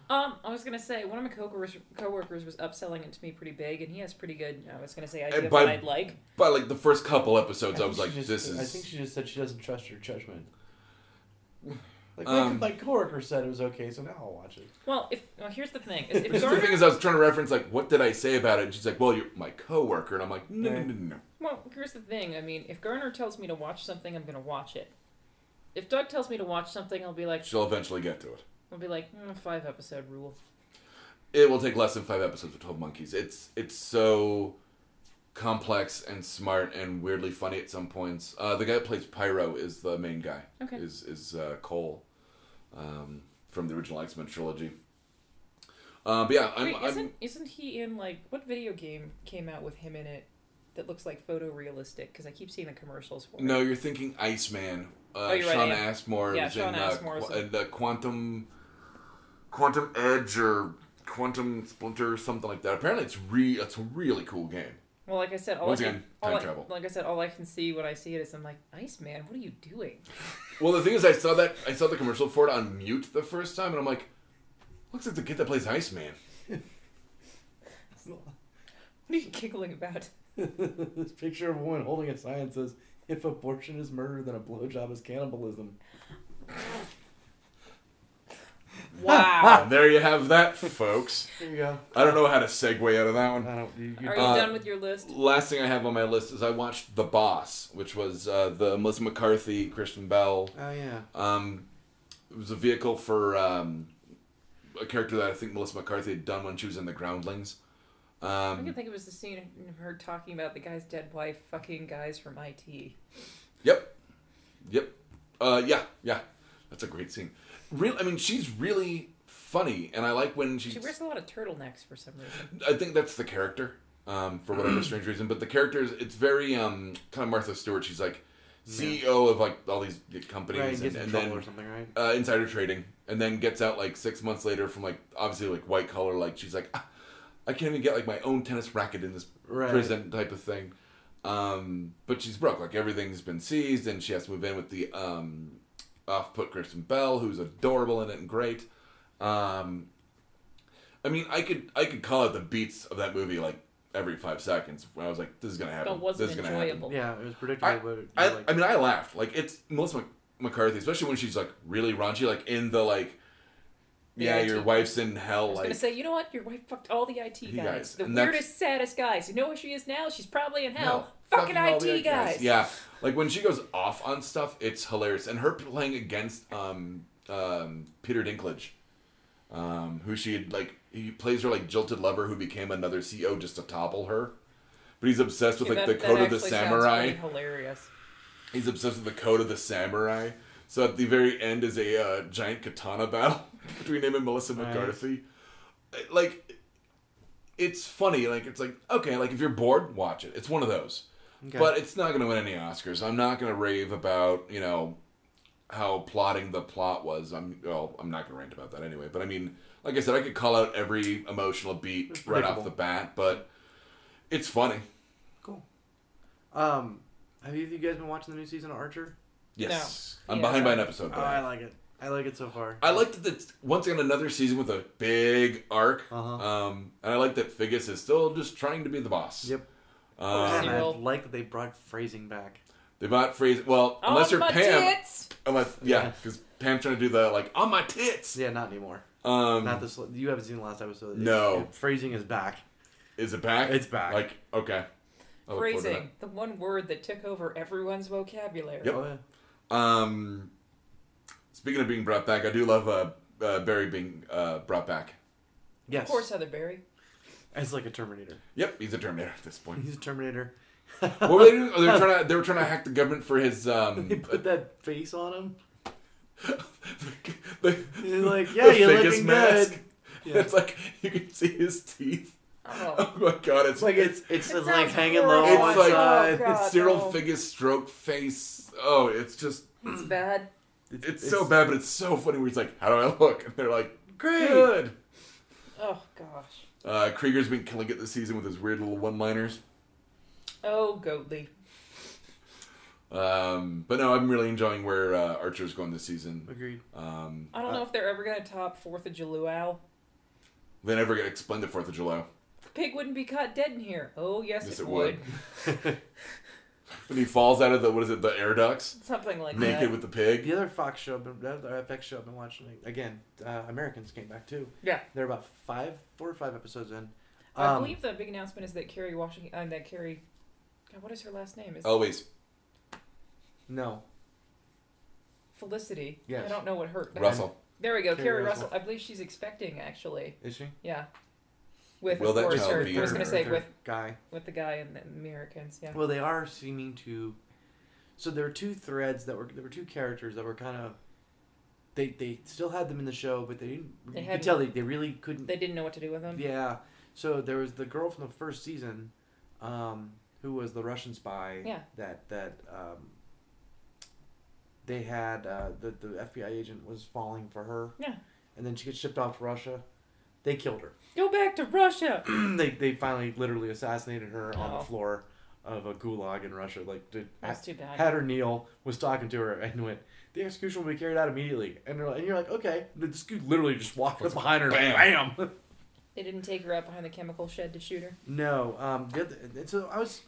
Um, I was gonna say one of my coworkers coworkers was upselling it to me pretty big, and he has pretty good. I was gonna say idea And of what by- I'd like. But like the first couple episodes, I, think was she like, just- this is. I think she just said she doesn't trust your judgment. Like Um, my, my coworker said it was okay, so now I'll watch it. Well, if well, here's the thing: is if Because the Garner, thing is, I was trying to reference like, what did I say about it? And she's like, well, you're my coworker, and I'm like, no, no, Right. no, no, no. well, here's the thing. I mean, if Garner tells me to watch something, I'm gonna watch it. If Doug tells me to watch something, I'll be like, She'll eventually get to it. I'll be like, mm, five episode rule. it will take less than five episodes of Twelve Monkeys. It's it's so complex and smart and weirdly funny at some points. Uh, the guy that plays Pyro is the main guy. Okay. Is is uh, Cole um, from the original X Men trilogy. Uh, but yeah, I'm, Wait, I'm isn't isn't he in like what video game came out with him in it that looks like photorealistic? Because I keep seeing the commercials for no, it. you're thinking Iceman. Uh, Oh, you're right, Sean yeah. Asmore Yeah, is Sean in uh, Asmore is Qu- in- uh, the Quantum, Quantum Edge or Quantum Splinter or something like that. Apparently, it's re it's a really cool game. Well, like I said, all Once I can, again, all time I- travel. Like I said, all I can see when I see it is I'm like, Iceman, what are you doing? Well, the thing is, I saw that I saw the commercial for it on mute the first time, and I'm like, looks like the kid that plays Iceman. What are you giggling about? this picture of a woman holding a sign says, "If abortion is murder, then a blowjob is cannibalism." Wow. And there you have that, folks. There you go. I don't know how to segue out of that I one. don't. You, you, Are you Uh, done with your list? Last thing I have on my list is I watched The Boss, which was uh, the Melissa McCarthy, Christian Bell. oh yeah. Um, it was a vehicle for um, a character that I think Melissa McCarthy had done when she was in The Groundlings. I Um, can think it was the scene of her talking about the guy's dead wife fucking guys from IT. Yep. Yep. Uh, yeah, yeah. That's a great scene. Real, I mean, she's really funny, and I like when she's. She wears a lot of turtlenecks for some reason. I think that's the character, um, for whatever strange reason. But the character is it's very um, kind of Martha Stewart. She's like CEO of like all these big companies, Right, and, gets in and trouble then or something, right? uh, insider trading, and then gets out like six months later from like obviously like white collar. Like she's like, "Ah, I can't even get like my own tennis racket in this Right. prison type of thing. Um, but she's broke. Like everything's been seized, and she has to move in with the um, off-put Kristen Bell, who's adorable in it and great. Um, I mean, I could I could call out the beats of that movie like every five seconds. When I was like, this is gonna happen. But wasn't this is gonna happen. enjoyable. Yeah, it was predictable, but you I, like, I mean, I laughed. Like it's Melissa Mc- McCarthy, especially when she's like really raunchy, like in the like, yeah, Yeah, your it's- wife's in I hell, was Oh, like, gonna say, you know what? Your wife fucked all the IT You guys. guys, The and that's- weirdest, saddest guys. You know where she is now? She's probably in hell. hell, fucking, all the IT guys. Yeah, like when she goes off on stuff, it's hilarious. And her playing against um um Peter Dinklage, um, who she had like he plays her like jilted lover who became another CEO just to topple her. But he's obsessed with Okay, like that- the that code of the actually sounds samurai. pretty Hilarious. He's obsessed with the code of the samurai. So at the very end is a uh, giant katana battle between him and Melissa Nice. McCarthy. Uh, Like, it's funny. Like, it's like, okay, like if you're bored, watch it. It's one of those. Okay. But it's not going to win any Oscars. I'm not going to rave about, you know, how plotting the plot was. I'm, well, I'm not going to rant about that anyway. But I mean, like I said, I could call out every emotional beat It's right off predictable. the bat, but it's funny. cool. Um, have you, you guys been watching the new season of Archer? Yes. No. I'm Yeah, behind by no. an episode. Oh, but I- I like it. I like it so far. I like that it's once again another season with a big arc. Uh-huh. Um, and I like that Figgis is still just trying to be the boss. Yep. Um, Of and I Cyril. like that they brought phrasing back. they bought phrase. Well, unless on you're Oh, my Pam, tits. unless yeah, Yeah. because Pam's trying to do the like on my tits. Yeah, not anymore. Um, Not this. You haven't seen the last episode. It's- No. it- phrasing is back. is it back? It's back. Like okay. I'll look forward to Phrasing, the one word that took over everyone's vocabulary. Yep. Oh, yeah. that. Um, speaking of being brought back, I do love uh, uh Barry being uh brought back. Yes. Of course, Heather Berry. It's like a Terminator. Yep, he's a Terminator at this point. He's a Terminator. what were they doing? Oh, they were trying to they were trying to hack the government for his um. They put that face on him. the, You're like, "Yeah, you're Vegas looking good." Yeah. It's like you can see his teeth. Oh, Oh my god, it's It's like it's it's, It like sounds hanging low on it's one like side. Oh, God. it's Cyril no. Figgis stroke face. Oh, it's just it's bad. it's, so bad, but it's so funny. Where he's like, "How do I look?" And they're like, Great. "Good." Oh gosh. Uh, Krieger's been killing it this season with his weird little one-liners. Oh, Goatly. Um, but no, I'm really enjoying where uh, Archer's going this season. Agreed. Um, I don't know if they're ever gonna top Fourth of July. They never get explained the Fourth of July. The pig wouldn't be caught dead in here. Oh yes, Yes, it, it would. would. When he falls out of the what is it, the air ducts, Something like naked that. with the pig. The other Fox show, I've been- the other FX show I've been watching again, uh, Americans came back too. Yeah. They're about five, four or five episodes in. I Um, believe the big announcement is that Carrie Washington. Uh, that Carrie. God, what is her last name? Is Always. No, Felicity? Yes. I don't know what her. Russell. There we go. Kerry Carrie Russell. Russell. I believe she's expecting actually. is she? Yeah. With Will of that course, child her, be I was gonna her- say Their with guy. with the guy and the Americans. Yeah. Well, they are seeming to. So there were two threads that were there were two characters that were kind of. They they still had them in the show, but they didn't. They you hadn't- could tell they, they really couldn't. They didn't know what to do with him. yeah. So there was the girl from the first season, um, who was the Russian spy. Yeah. That that um. They had uh, the the FBI agent was falling for her. Yeah. And then she gets shipped off to Russia. They killed her. Go back to Russia. they they finally literally assassinated her on Oh. the floor of a gulag in Russia. Like did, That's too bad. had her kneel, was talking to her, and went, "The execution will be carried out immediately." And, they're like, and you're like, "Okay." The dude literally just walked up behind her, Bam. bam. They didn't take her out behind the chemical shed to shoot her. no, um, the other, and so I was,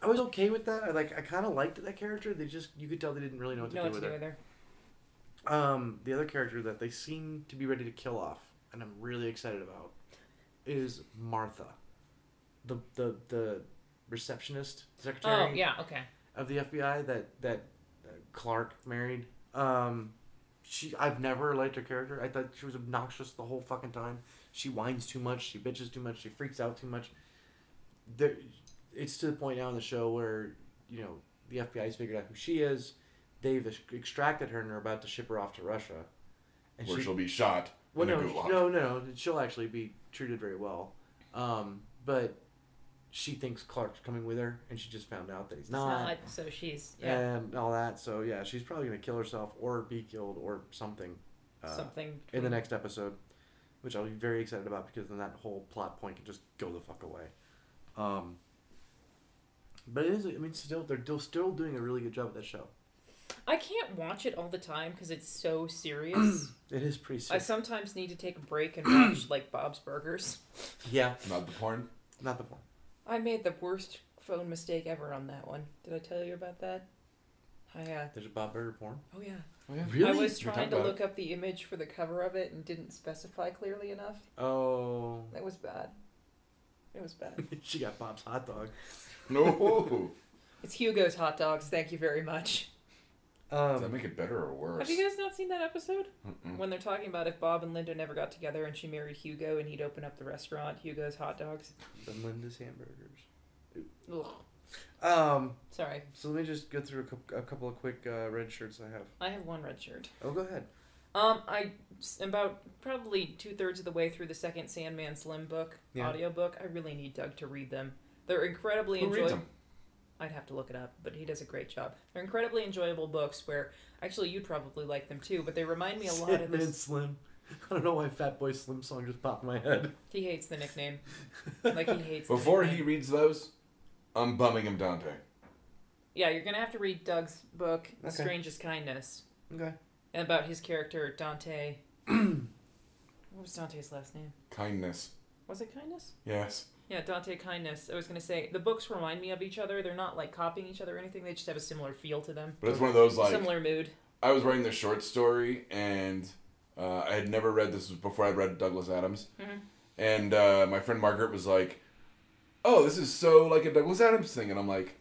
I was okay with that. I like, I kind of liked that character. They just, you could tell they didn't really know what to know do what to with do her. with her. Um, the other character that they seem to be ready to kill off, and I'm really excited about, is Martha, the the the receptionist secretary. Oh yeah. Okay. of the FBI that that uh, Clark married. Um, she I've never liked her character. I thought she was obnoxious the whole fucking time. She whines too much. She bitches too much. She freaks out too much. There, it's to the point now in the show where you know the FBI's figured out who she is. They've ex- extracted her and are about to ship her off to Russia. And where she, she'll be shot well, in a no, gulag. no, no, she'll actually be treated very well. Um, but she thinks Clark's coming with her, and she just found out that he's It's not. So she's yeah. and all that. So yeah, she's probably gonna kill herself or be killed or something uh, something. in the next episode, which I'll be very excited about because then that whole plot point can just go the fuck away. Um, but it is. I mean, still they're still still doing a really good job with that show. I can't watch it all the time because it's so serious. It is pretty I serious. sometimes need to take a break and watch like Bob's Burgers. yeah, Not the porn. not the point. I made the worst phone mistake ever on that one. Did I tell you about that? I uh, There's a Bob Burger porn. oh yeah. Really? I was We trying talked to about look up the image for the cover of it and didn't specify clearly enough. Oh, That was bad. It was bad. she got Bob's hot dog. Um, No. it's Hugo's hot dogs. Thank you very much. Does that Um, make it better or worse? Have you guys not seen that episode? Mm-mm. When they're talking about if Bob and Linda never got together and she married Hugo and he'd open up the restaurant, Hugo's hot dogs. the Linda's hamburgers. Ugh. Um, Sorry. so let me just go through a, cou- a couple of quick uh, red shirts I have. I have one red shirt. Oh, go ahead. Um, I about probably two thirds of the way through the second Sandman Slim book, Yeah. audiobook. I really need Doug to read them. They're incredibly Who reads enjoyable. them? I'd have to look it up, but he does a great job. They're incredibly enjoyable books where actually you'd probably like them too, but they remind me a lot of Sandman this Slim. I don't know why Fat Boy Slim song just popped in my head. he hates the nickname. Like he hates the Before nickname. he reads those, I'm bumming him Dante. Yeah, you're gonna have to read Doug's book, The Okay. Strangest Kindness. Okay. and about his character Dante. what was Dante's last name? Kindness. Was it Kindness? Yes. Yeah, Dante Kindness. I was gonna say the books remind me of each other. They're not like copying each other or anything. They just have a similar feel to them, But it's one of those like similar mood. I was writing this short story, and uh, I had never read this was before I read Douglas Adams, Mhm. and uh, my friend Margaret was like, "Oh, this is so like a Douglas Adams thing," and I'm like,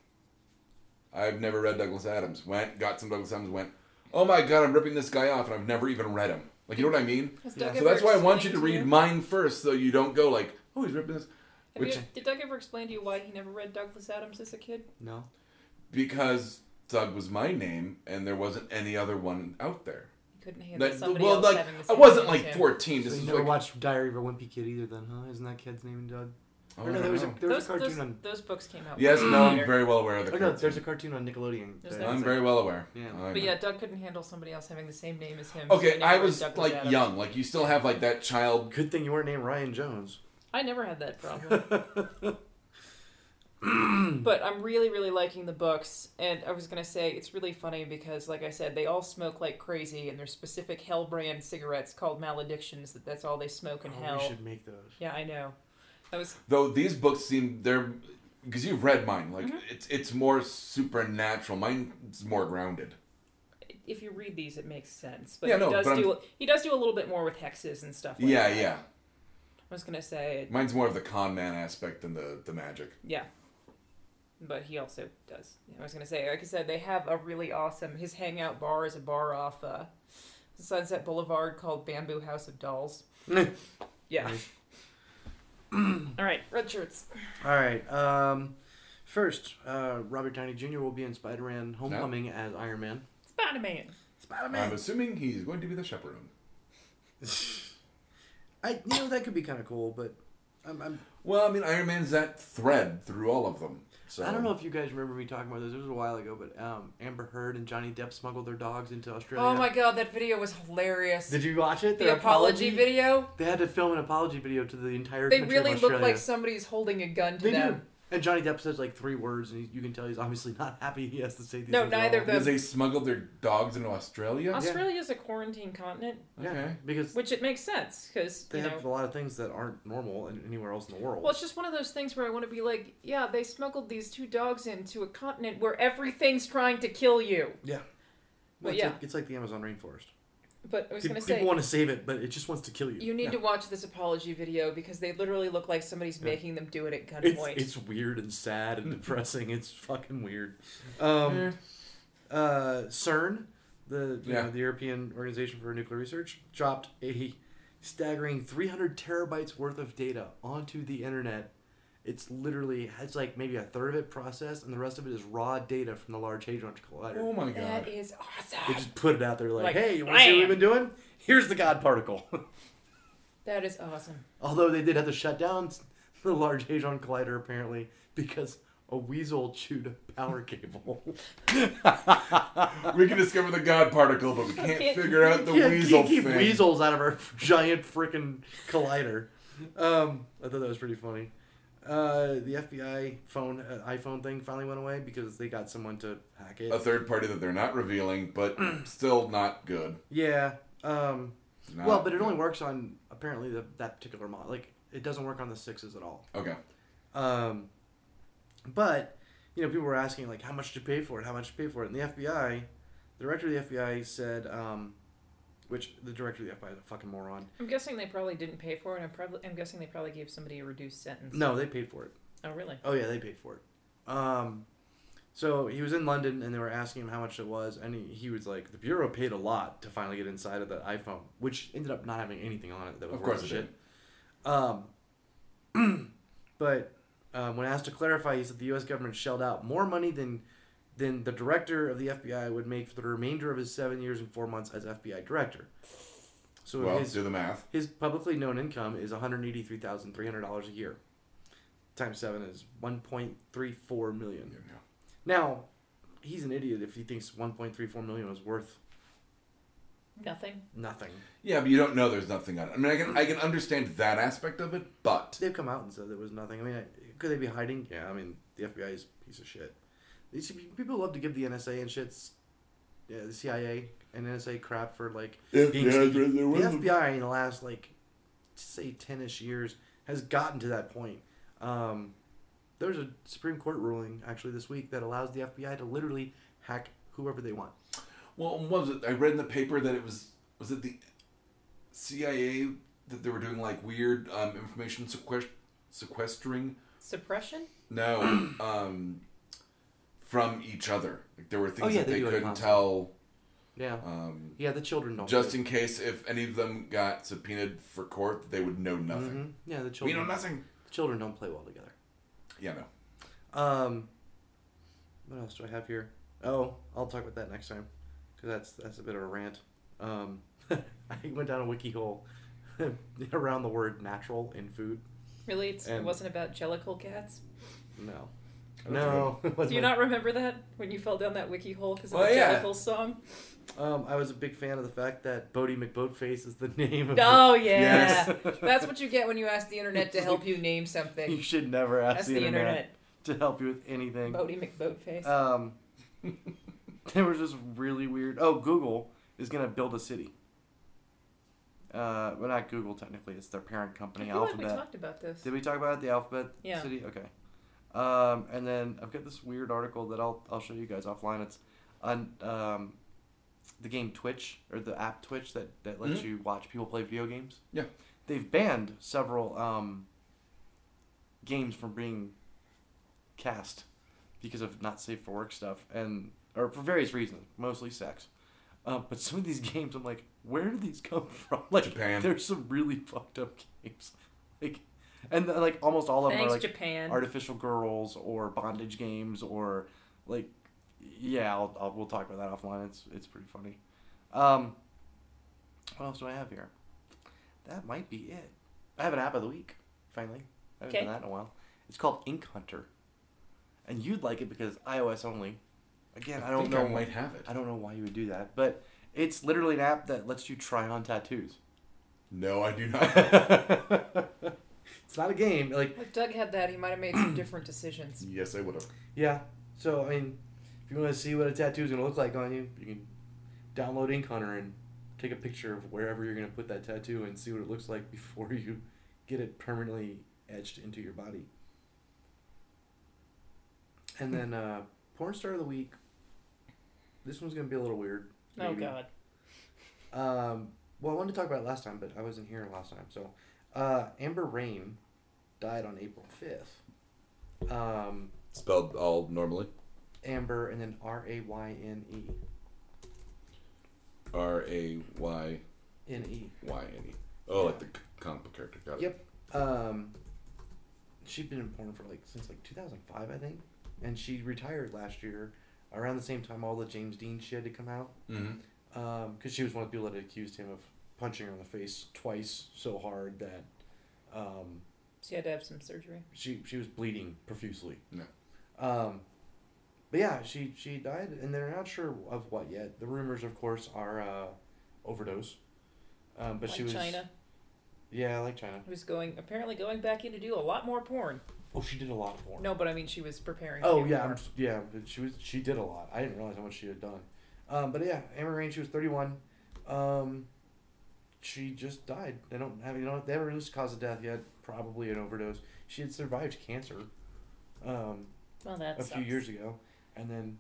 "I've never read Douglas Adams." Went, got some Douglas Adams, went, "Oh my god, I'm ripping this guy off, and I've never even read him." Like, you know what I mean? Has Yeah. Doug So ever that's why I want you to explained read you- mine first, so you don't go like, "Oh, he's ripping this." Have you- which- did Doug ever explain to you why he never read Douglas Adams as a kid? No. because Doug was my name, and there wasn't any other one out there. He couldn't handle That, somebody well, else like having the I same wasn't name like as him. fourteen. This so you is never like watched Diary of a Wimpy Kid either, then, huh? Isn't that kid's name Doug? Oh, Or no, I there was a don't know. there was those, a cartoon those, on. those books came out. yes, no, I'm later. very well aware of the. Oh no, cartoon. there's a cartoon on Nickelodeon. There's that- no- I'm It's very well aware. Yeah. I know. But yeah, Doug couldn't handle somebody else having the same name as him. so he Okay, never I read was Douglas like Adams. young. Like you still have like that child. Good thing you weren't named Ryan Jones. I never had that problem. but I'm really, really liking the books, and I was gonna say it's really funny because, like I said, they all smoke like crazy, and there's specific hell brand cigarettes called maledictions that that's all they smoke in Oh, hell. we should make those. Yeah, I know. That was Though these books seem they're because you've read mine. Like Mm-hmm. it's it's more supernatural. Mine's more grounded. if you read these, it makes sense. But Yeah, he no, does but I'm- do he does do a little bit more with hexes and stuff. Like yeah, that. yeah. I was gonna say Mine's more of the con man aspect than the the magic. Yeah. But he also does. I was gonna say, like I said, they have a really awesome. His hangout bar is a bar off uh, Sunset Boulevard called Bamboo House of Dolls. yeah. All right, red shirts. All right. Um, first, uh, Robert Downey Jr. will be in Spider-Man: Homecoming as Iron Man. Spider Man. Spider-Man. I'm assuming he's going to be the chaperone. I you know that could be kind of cool, but I'm, I'm Well, I mean, Iron Man's that thread through all of them. So I don't know if you guys remember me talking about this. It was a while ago, but um, Amber Heard and Johnny Depp smuggled their dogs into Australia. Oh my god, that video was hilarious. Did you watch it? the apology, video. They had to film an apology video to the entire. They country of really look Australia. like somebody's holding a gun to They them. do. And Johnny Depp says like three words, and he, you can tell he's obviously not happy. He has to say these. No, things at neither all. of them. Because they smuggled their dogs into Australia. Australia is a quarantine continent, Yeah, Okay. because which it makes sense because they you know have a lot of things that aren't normal in, anywhere else in the world. Well, it's just one of those things where I want to be like, yeah, they smuggled these two dogs into a continent where everything's trying to kill you. yeah. But it's yeah. like, it's like the Amazon rainforest. But I was Pe- going to People say, want to save it, but it just wants to kill you. you need Yeah. to watch this apology video because they literally look like somebody's Yeah. making them do it at It's, gunpoint. it's weird and sad and depressing. It's fucking weird. Um, uh, CERN, the you Yeah. know, the European Organization for Nuclear Research, dropped a staggering 300 terabytes worth of data onto the internet. It's literally it's like maybe a third of it processed, and the rest of it is raw data from the Large Hadron Collider. Oh my That god. is They awesome. just put it out there like, Like, hey, you want to see what we've bam. been doing? Here's the God particle. That is awesome. Although they did have to shut down the Large Hadron Collider apparently because a weasel chewed a power cable. We can discover the God particle, but we can't Can't- figure out the Yeah, weasel can't keep thing. weasels out of our giant freaking collider. Um, I thought that was pretty funny. Uh, the FBI phone uh, iPhone thing finally went away because they got someone to hack it. A third party that they're not revealing, but Mm. still not good. yeah. Um, Not- well, but it only works on apparently the, that particular model. Like it doesn't work on the sixes at all. Okay. Um, but you know, people were asking like, how much to pay for it? How much to pay for it? And the FBI, the director of the FBI said, um, which the director of the FBI is a fucking moron. I'm guessing they probably didn't pay for it. I'm probably I'm guessing they probably gave somebody a reduced sentence. No, they paid for it. Oh, really? Oh yeah, they paid for it. Um, so he was in London, and they were asking him how much it was, and he, he was like, "The bureau paid a lot to finally get inside of that iPhone, which ended up not having anything on it that was Of course worth it shit." Um, but um, when asked to clarify, he said the U.S. government shelled out more money than than the director of the FBI would make for the remainder of his seven years and four months as FBI director. So Well, his do the math. his publicly known income is one hundred eighty three thousand three hundred dollars a year. Times seven is one point three four million. Yeah. Now, he's an idiot if he thinks one point three four million is worth Nothing. nothing. Yeah, but you don't know there's nothing on it. I mean, I can I can understand that aspect of it, but They've come out and said there was nothing. I mean, I- could they be hiding? Yeah, I mean, the FBI is a piece of shit. These people love to give the NSA and shits yeah, the CIA and NSA crap for like If being the sneaky. FBI there the was a- FBI in the last like say ten ish years has gotten to that point. Um, there's a Supreme Court ruling actually this week that allows the FBI to literally hack whoever they want. Well, what was it? I read in the paper that it was was it the CIA that they were doing like weird um, information sequest- sequestering? Suppression? No, um, from each other. Like there were things Oh, yeah, that they they do it couldn't constantly. tell. Yeah, Um, yeah, the children don't. just in case if any of them got subpoenaed for court, they would know nothing. hmm Yeah, the We children. know nothing. the children don't play well together. Yeah, no. Um, what else do I have here? Oh, I'll talk about that next time, because that's that's a bit of a rant. Um, I went down a wiki hole around the word natural in food. Really? It's, it And- wasn't about jellicle cats? No, Okay. no. it wasn't Do you my- not remember that when you fell down that wiki hole because of Well, the yeah. jellicle song? Um, I was a big fan of the fact that Bodie McBoatface is the name of. Oh yeah, Yes. that's what you get when you ask the internet to help you name the- you something. should never ask That's the, the internet, internet. to help you with anything. Bodie McBoatface. Um, there was just really weird. Oh, Google is gonna build a city. Uh, well, not Google technically; it's their parent I company, feel like we Alphabet. talked about this. Did we talk about it? The Alphabet Yeah. City? Okay. Um, and then I've got this weird article that I'll, I'll show you guys offline. It's on um, the game Twitch, or the app Twitch that, that lets Mhm. you watch people play video games. Yeah. They've banned several um, games from being cast because of not safe for work stuff, and or for various reasons, mostly sex. Uh, but some of these games, I'm like, where do these come from? Like, Japan. there's some really fucked up games, like, and uh, like almost all of them Thanks, are like Japan. artificial girls or bondage games or like, yeah, I'll, I'll we'll talk about that offline. It's it's pretty funny. Um, what else do I have here? That might be it. I have an app of the week. Finally, I haven't Okay. done that in a while. It's called Ink Hunter, and you'd like it because it's iOS only. Again, I, don't think know. I might have it. I don't know why you would do that, but it's literally an app that lets you try on tattoos. No, I do not. it's not a game. Like If Doug had that, he might have made some different decisions. yes, I would have. yeah. So I mean, if you want to see what a tattoo is gonna look like on you, you can download Ink Hunter and take a picture of wherever you're gonna put that tattoo and see what it looks like before you get it permanently etched into your body. And then uh, porn star of the week. This one's gonna be a little weird. Oh maybe. God. Um, well, I wanted to talk about it last time, but I wasn't here last time. So, uh, Amber Rain died on April 5th. Um, Spelled all normally. Amber and then R A Y N E. R A Y N E. Y N E. Oh, like the c- comic book character. Got it. Yep. Um, she'd been in porn for like since like 2005, I think. And she retired last year around the same time all the James Dean shit had come out. Mm-hmm. because she was one of the people that had accused him of punching her in the face twice so hard that um, She had to have some surgery. she she was bleeding profusely. Yeah. Um, but yeah, she she died, and they're not sure of what yet. The rumors, of course, are uh, overdose. Um, but like she was China Yeah, like China. was going apparently going back in to do a lot more porn. Oh, she did a lot of porn. No, but I mean she was preparing. to Oh do yeah, more. I'm, s- yeah. but She was she did a lot. I didn't realize how much she had done. Um, but yeah, Amber Rain. She was thirty one. Um, she just died. They don't have you know they haven't released the cause of death yet. Probably an overdose. She had survived cancer. Um, Well, that a sucks. few years ago, and then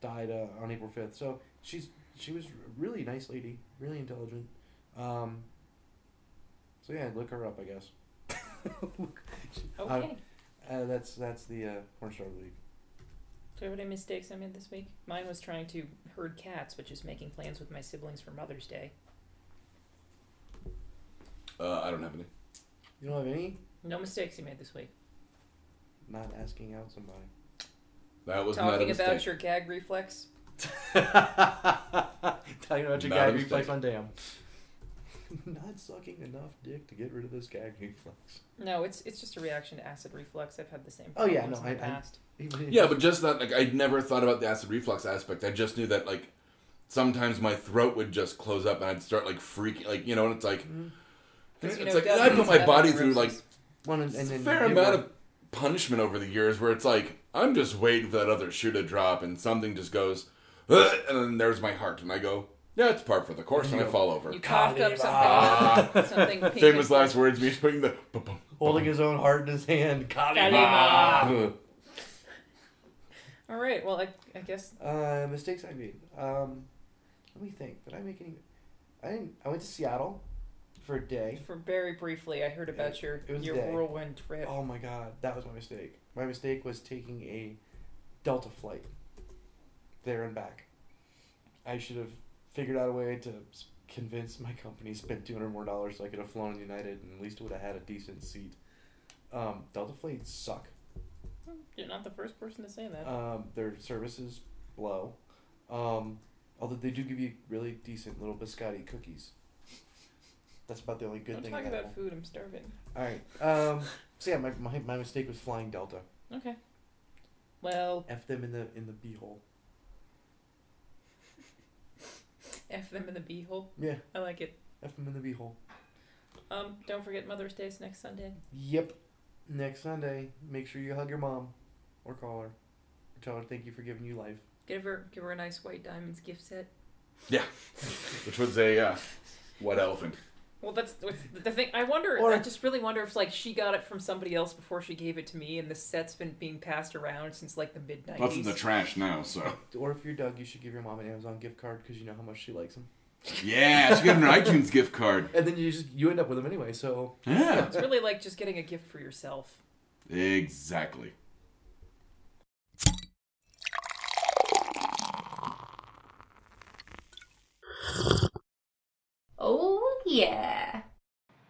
died uh, on April fifth. So she's she was a really nice lady, really intelligent. Um, so yeah, look her up, I guess. Okay. Uh, that's that's the uh, porn star of the week. Do you have any mistakes I made this week? Mine was trying to herd cats, which is making plans with my siblings for Mother's Day. Uh, I don't have any. You don't have any? No mistakes you made this week. Not asking out somebody. That was not a Talking mistake. about your gag reflex. Talking about your Not a gag reflex mistake. on damn. Not sucking enough dick to get rid of this gag reflex. No, it's it's just a reaction to acid reflux. I've had the same. Oh, yeah, problems no, in the I- I- past. Yeah, but just that, like, I'd never thought about the acid reflux aspect. I just knew that, like, sometimes my throat would just close up and I'd start, like, freaking, like, you know, and it's like, Mm-hmm. 'Cause, it's you know, like, Doug I put has my other body through, like, neurosis. One and, a and then fair you amount were- of punishment over the years where it's like, I'm just waiting for that other shoe to drop and something just goes, "Ugh," and then there's my heart, and I go, yeah, it's part for the course, and I fall over. You coughed up Ah. something. something pink Famous and- last words, me doing the. bum, bum, Holding his own heart in his hand. Kalima. Kalima. Ugh. All right. Well, I, I guess Uh, mistakes I made. Um, let me think. Did I make any? I didn't. I went to Seattle for a day. for very briefly, I heard about your it was a your day. whirlwind trip. Oh my god, that was my mistake. My mistake was taking a Delta flight there and back. I should have figured out a way to s- convince my company to spend two hundred more dollars so I could have flown United and at least would have had a decent seat. Um, Delta flights suck. You're not the first person to say that. Um, their services low. Um, although they do give you really decent little biscotti cookies. That's about the only good I'm thing. talking about about food. I'm starving. All right. Um, so yeah, my, my, my mistake was flying Delta. Okay. Well, F them in the in the beehole. f them in the beehole. Yeah, I like it. F them in the beehole. Um, don't forget Mother's Day's next Sunday. Yep. Next Sunday, make sure you hug your mom, or call her, or tell her thank you for giving you life. Give her give her a nice white diamonds gift set. Which was a uh, what elephant? Well, that's, that's the thing. I wonder. Or- I just really wonder if like she got it from somebody else before she gave it to me, and the set's been being passed around since like the mid Well, it's in the nineties. trash now, so. Or if you're Doug, you should give your mom an Amazon gift card because you know how much she likes them. Yeah, she got an iTunes gift card. And then you just you end up with them anyway. So Yeah. It's really like just getting a gift for yourself. Exactly. Oh, yeah.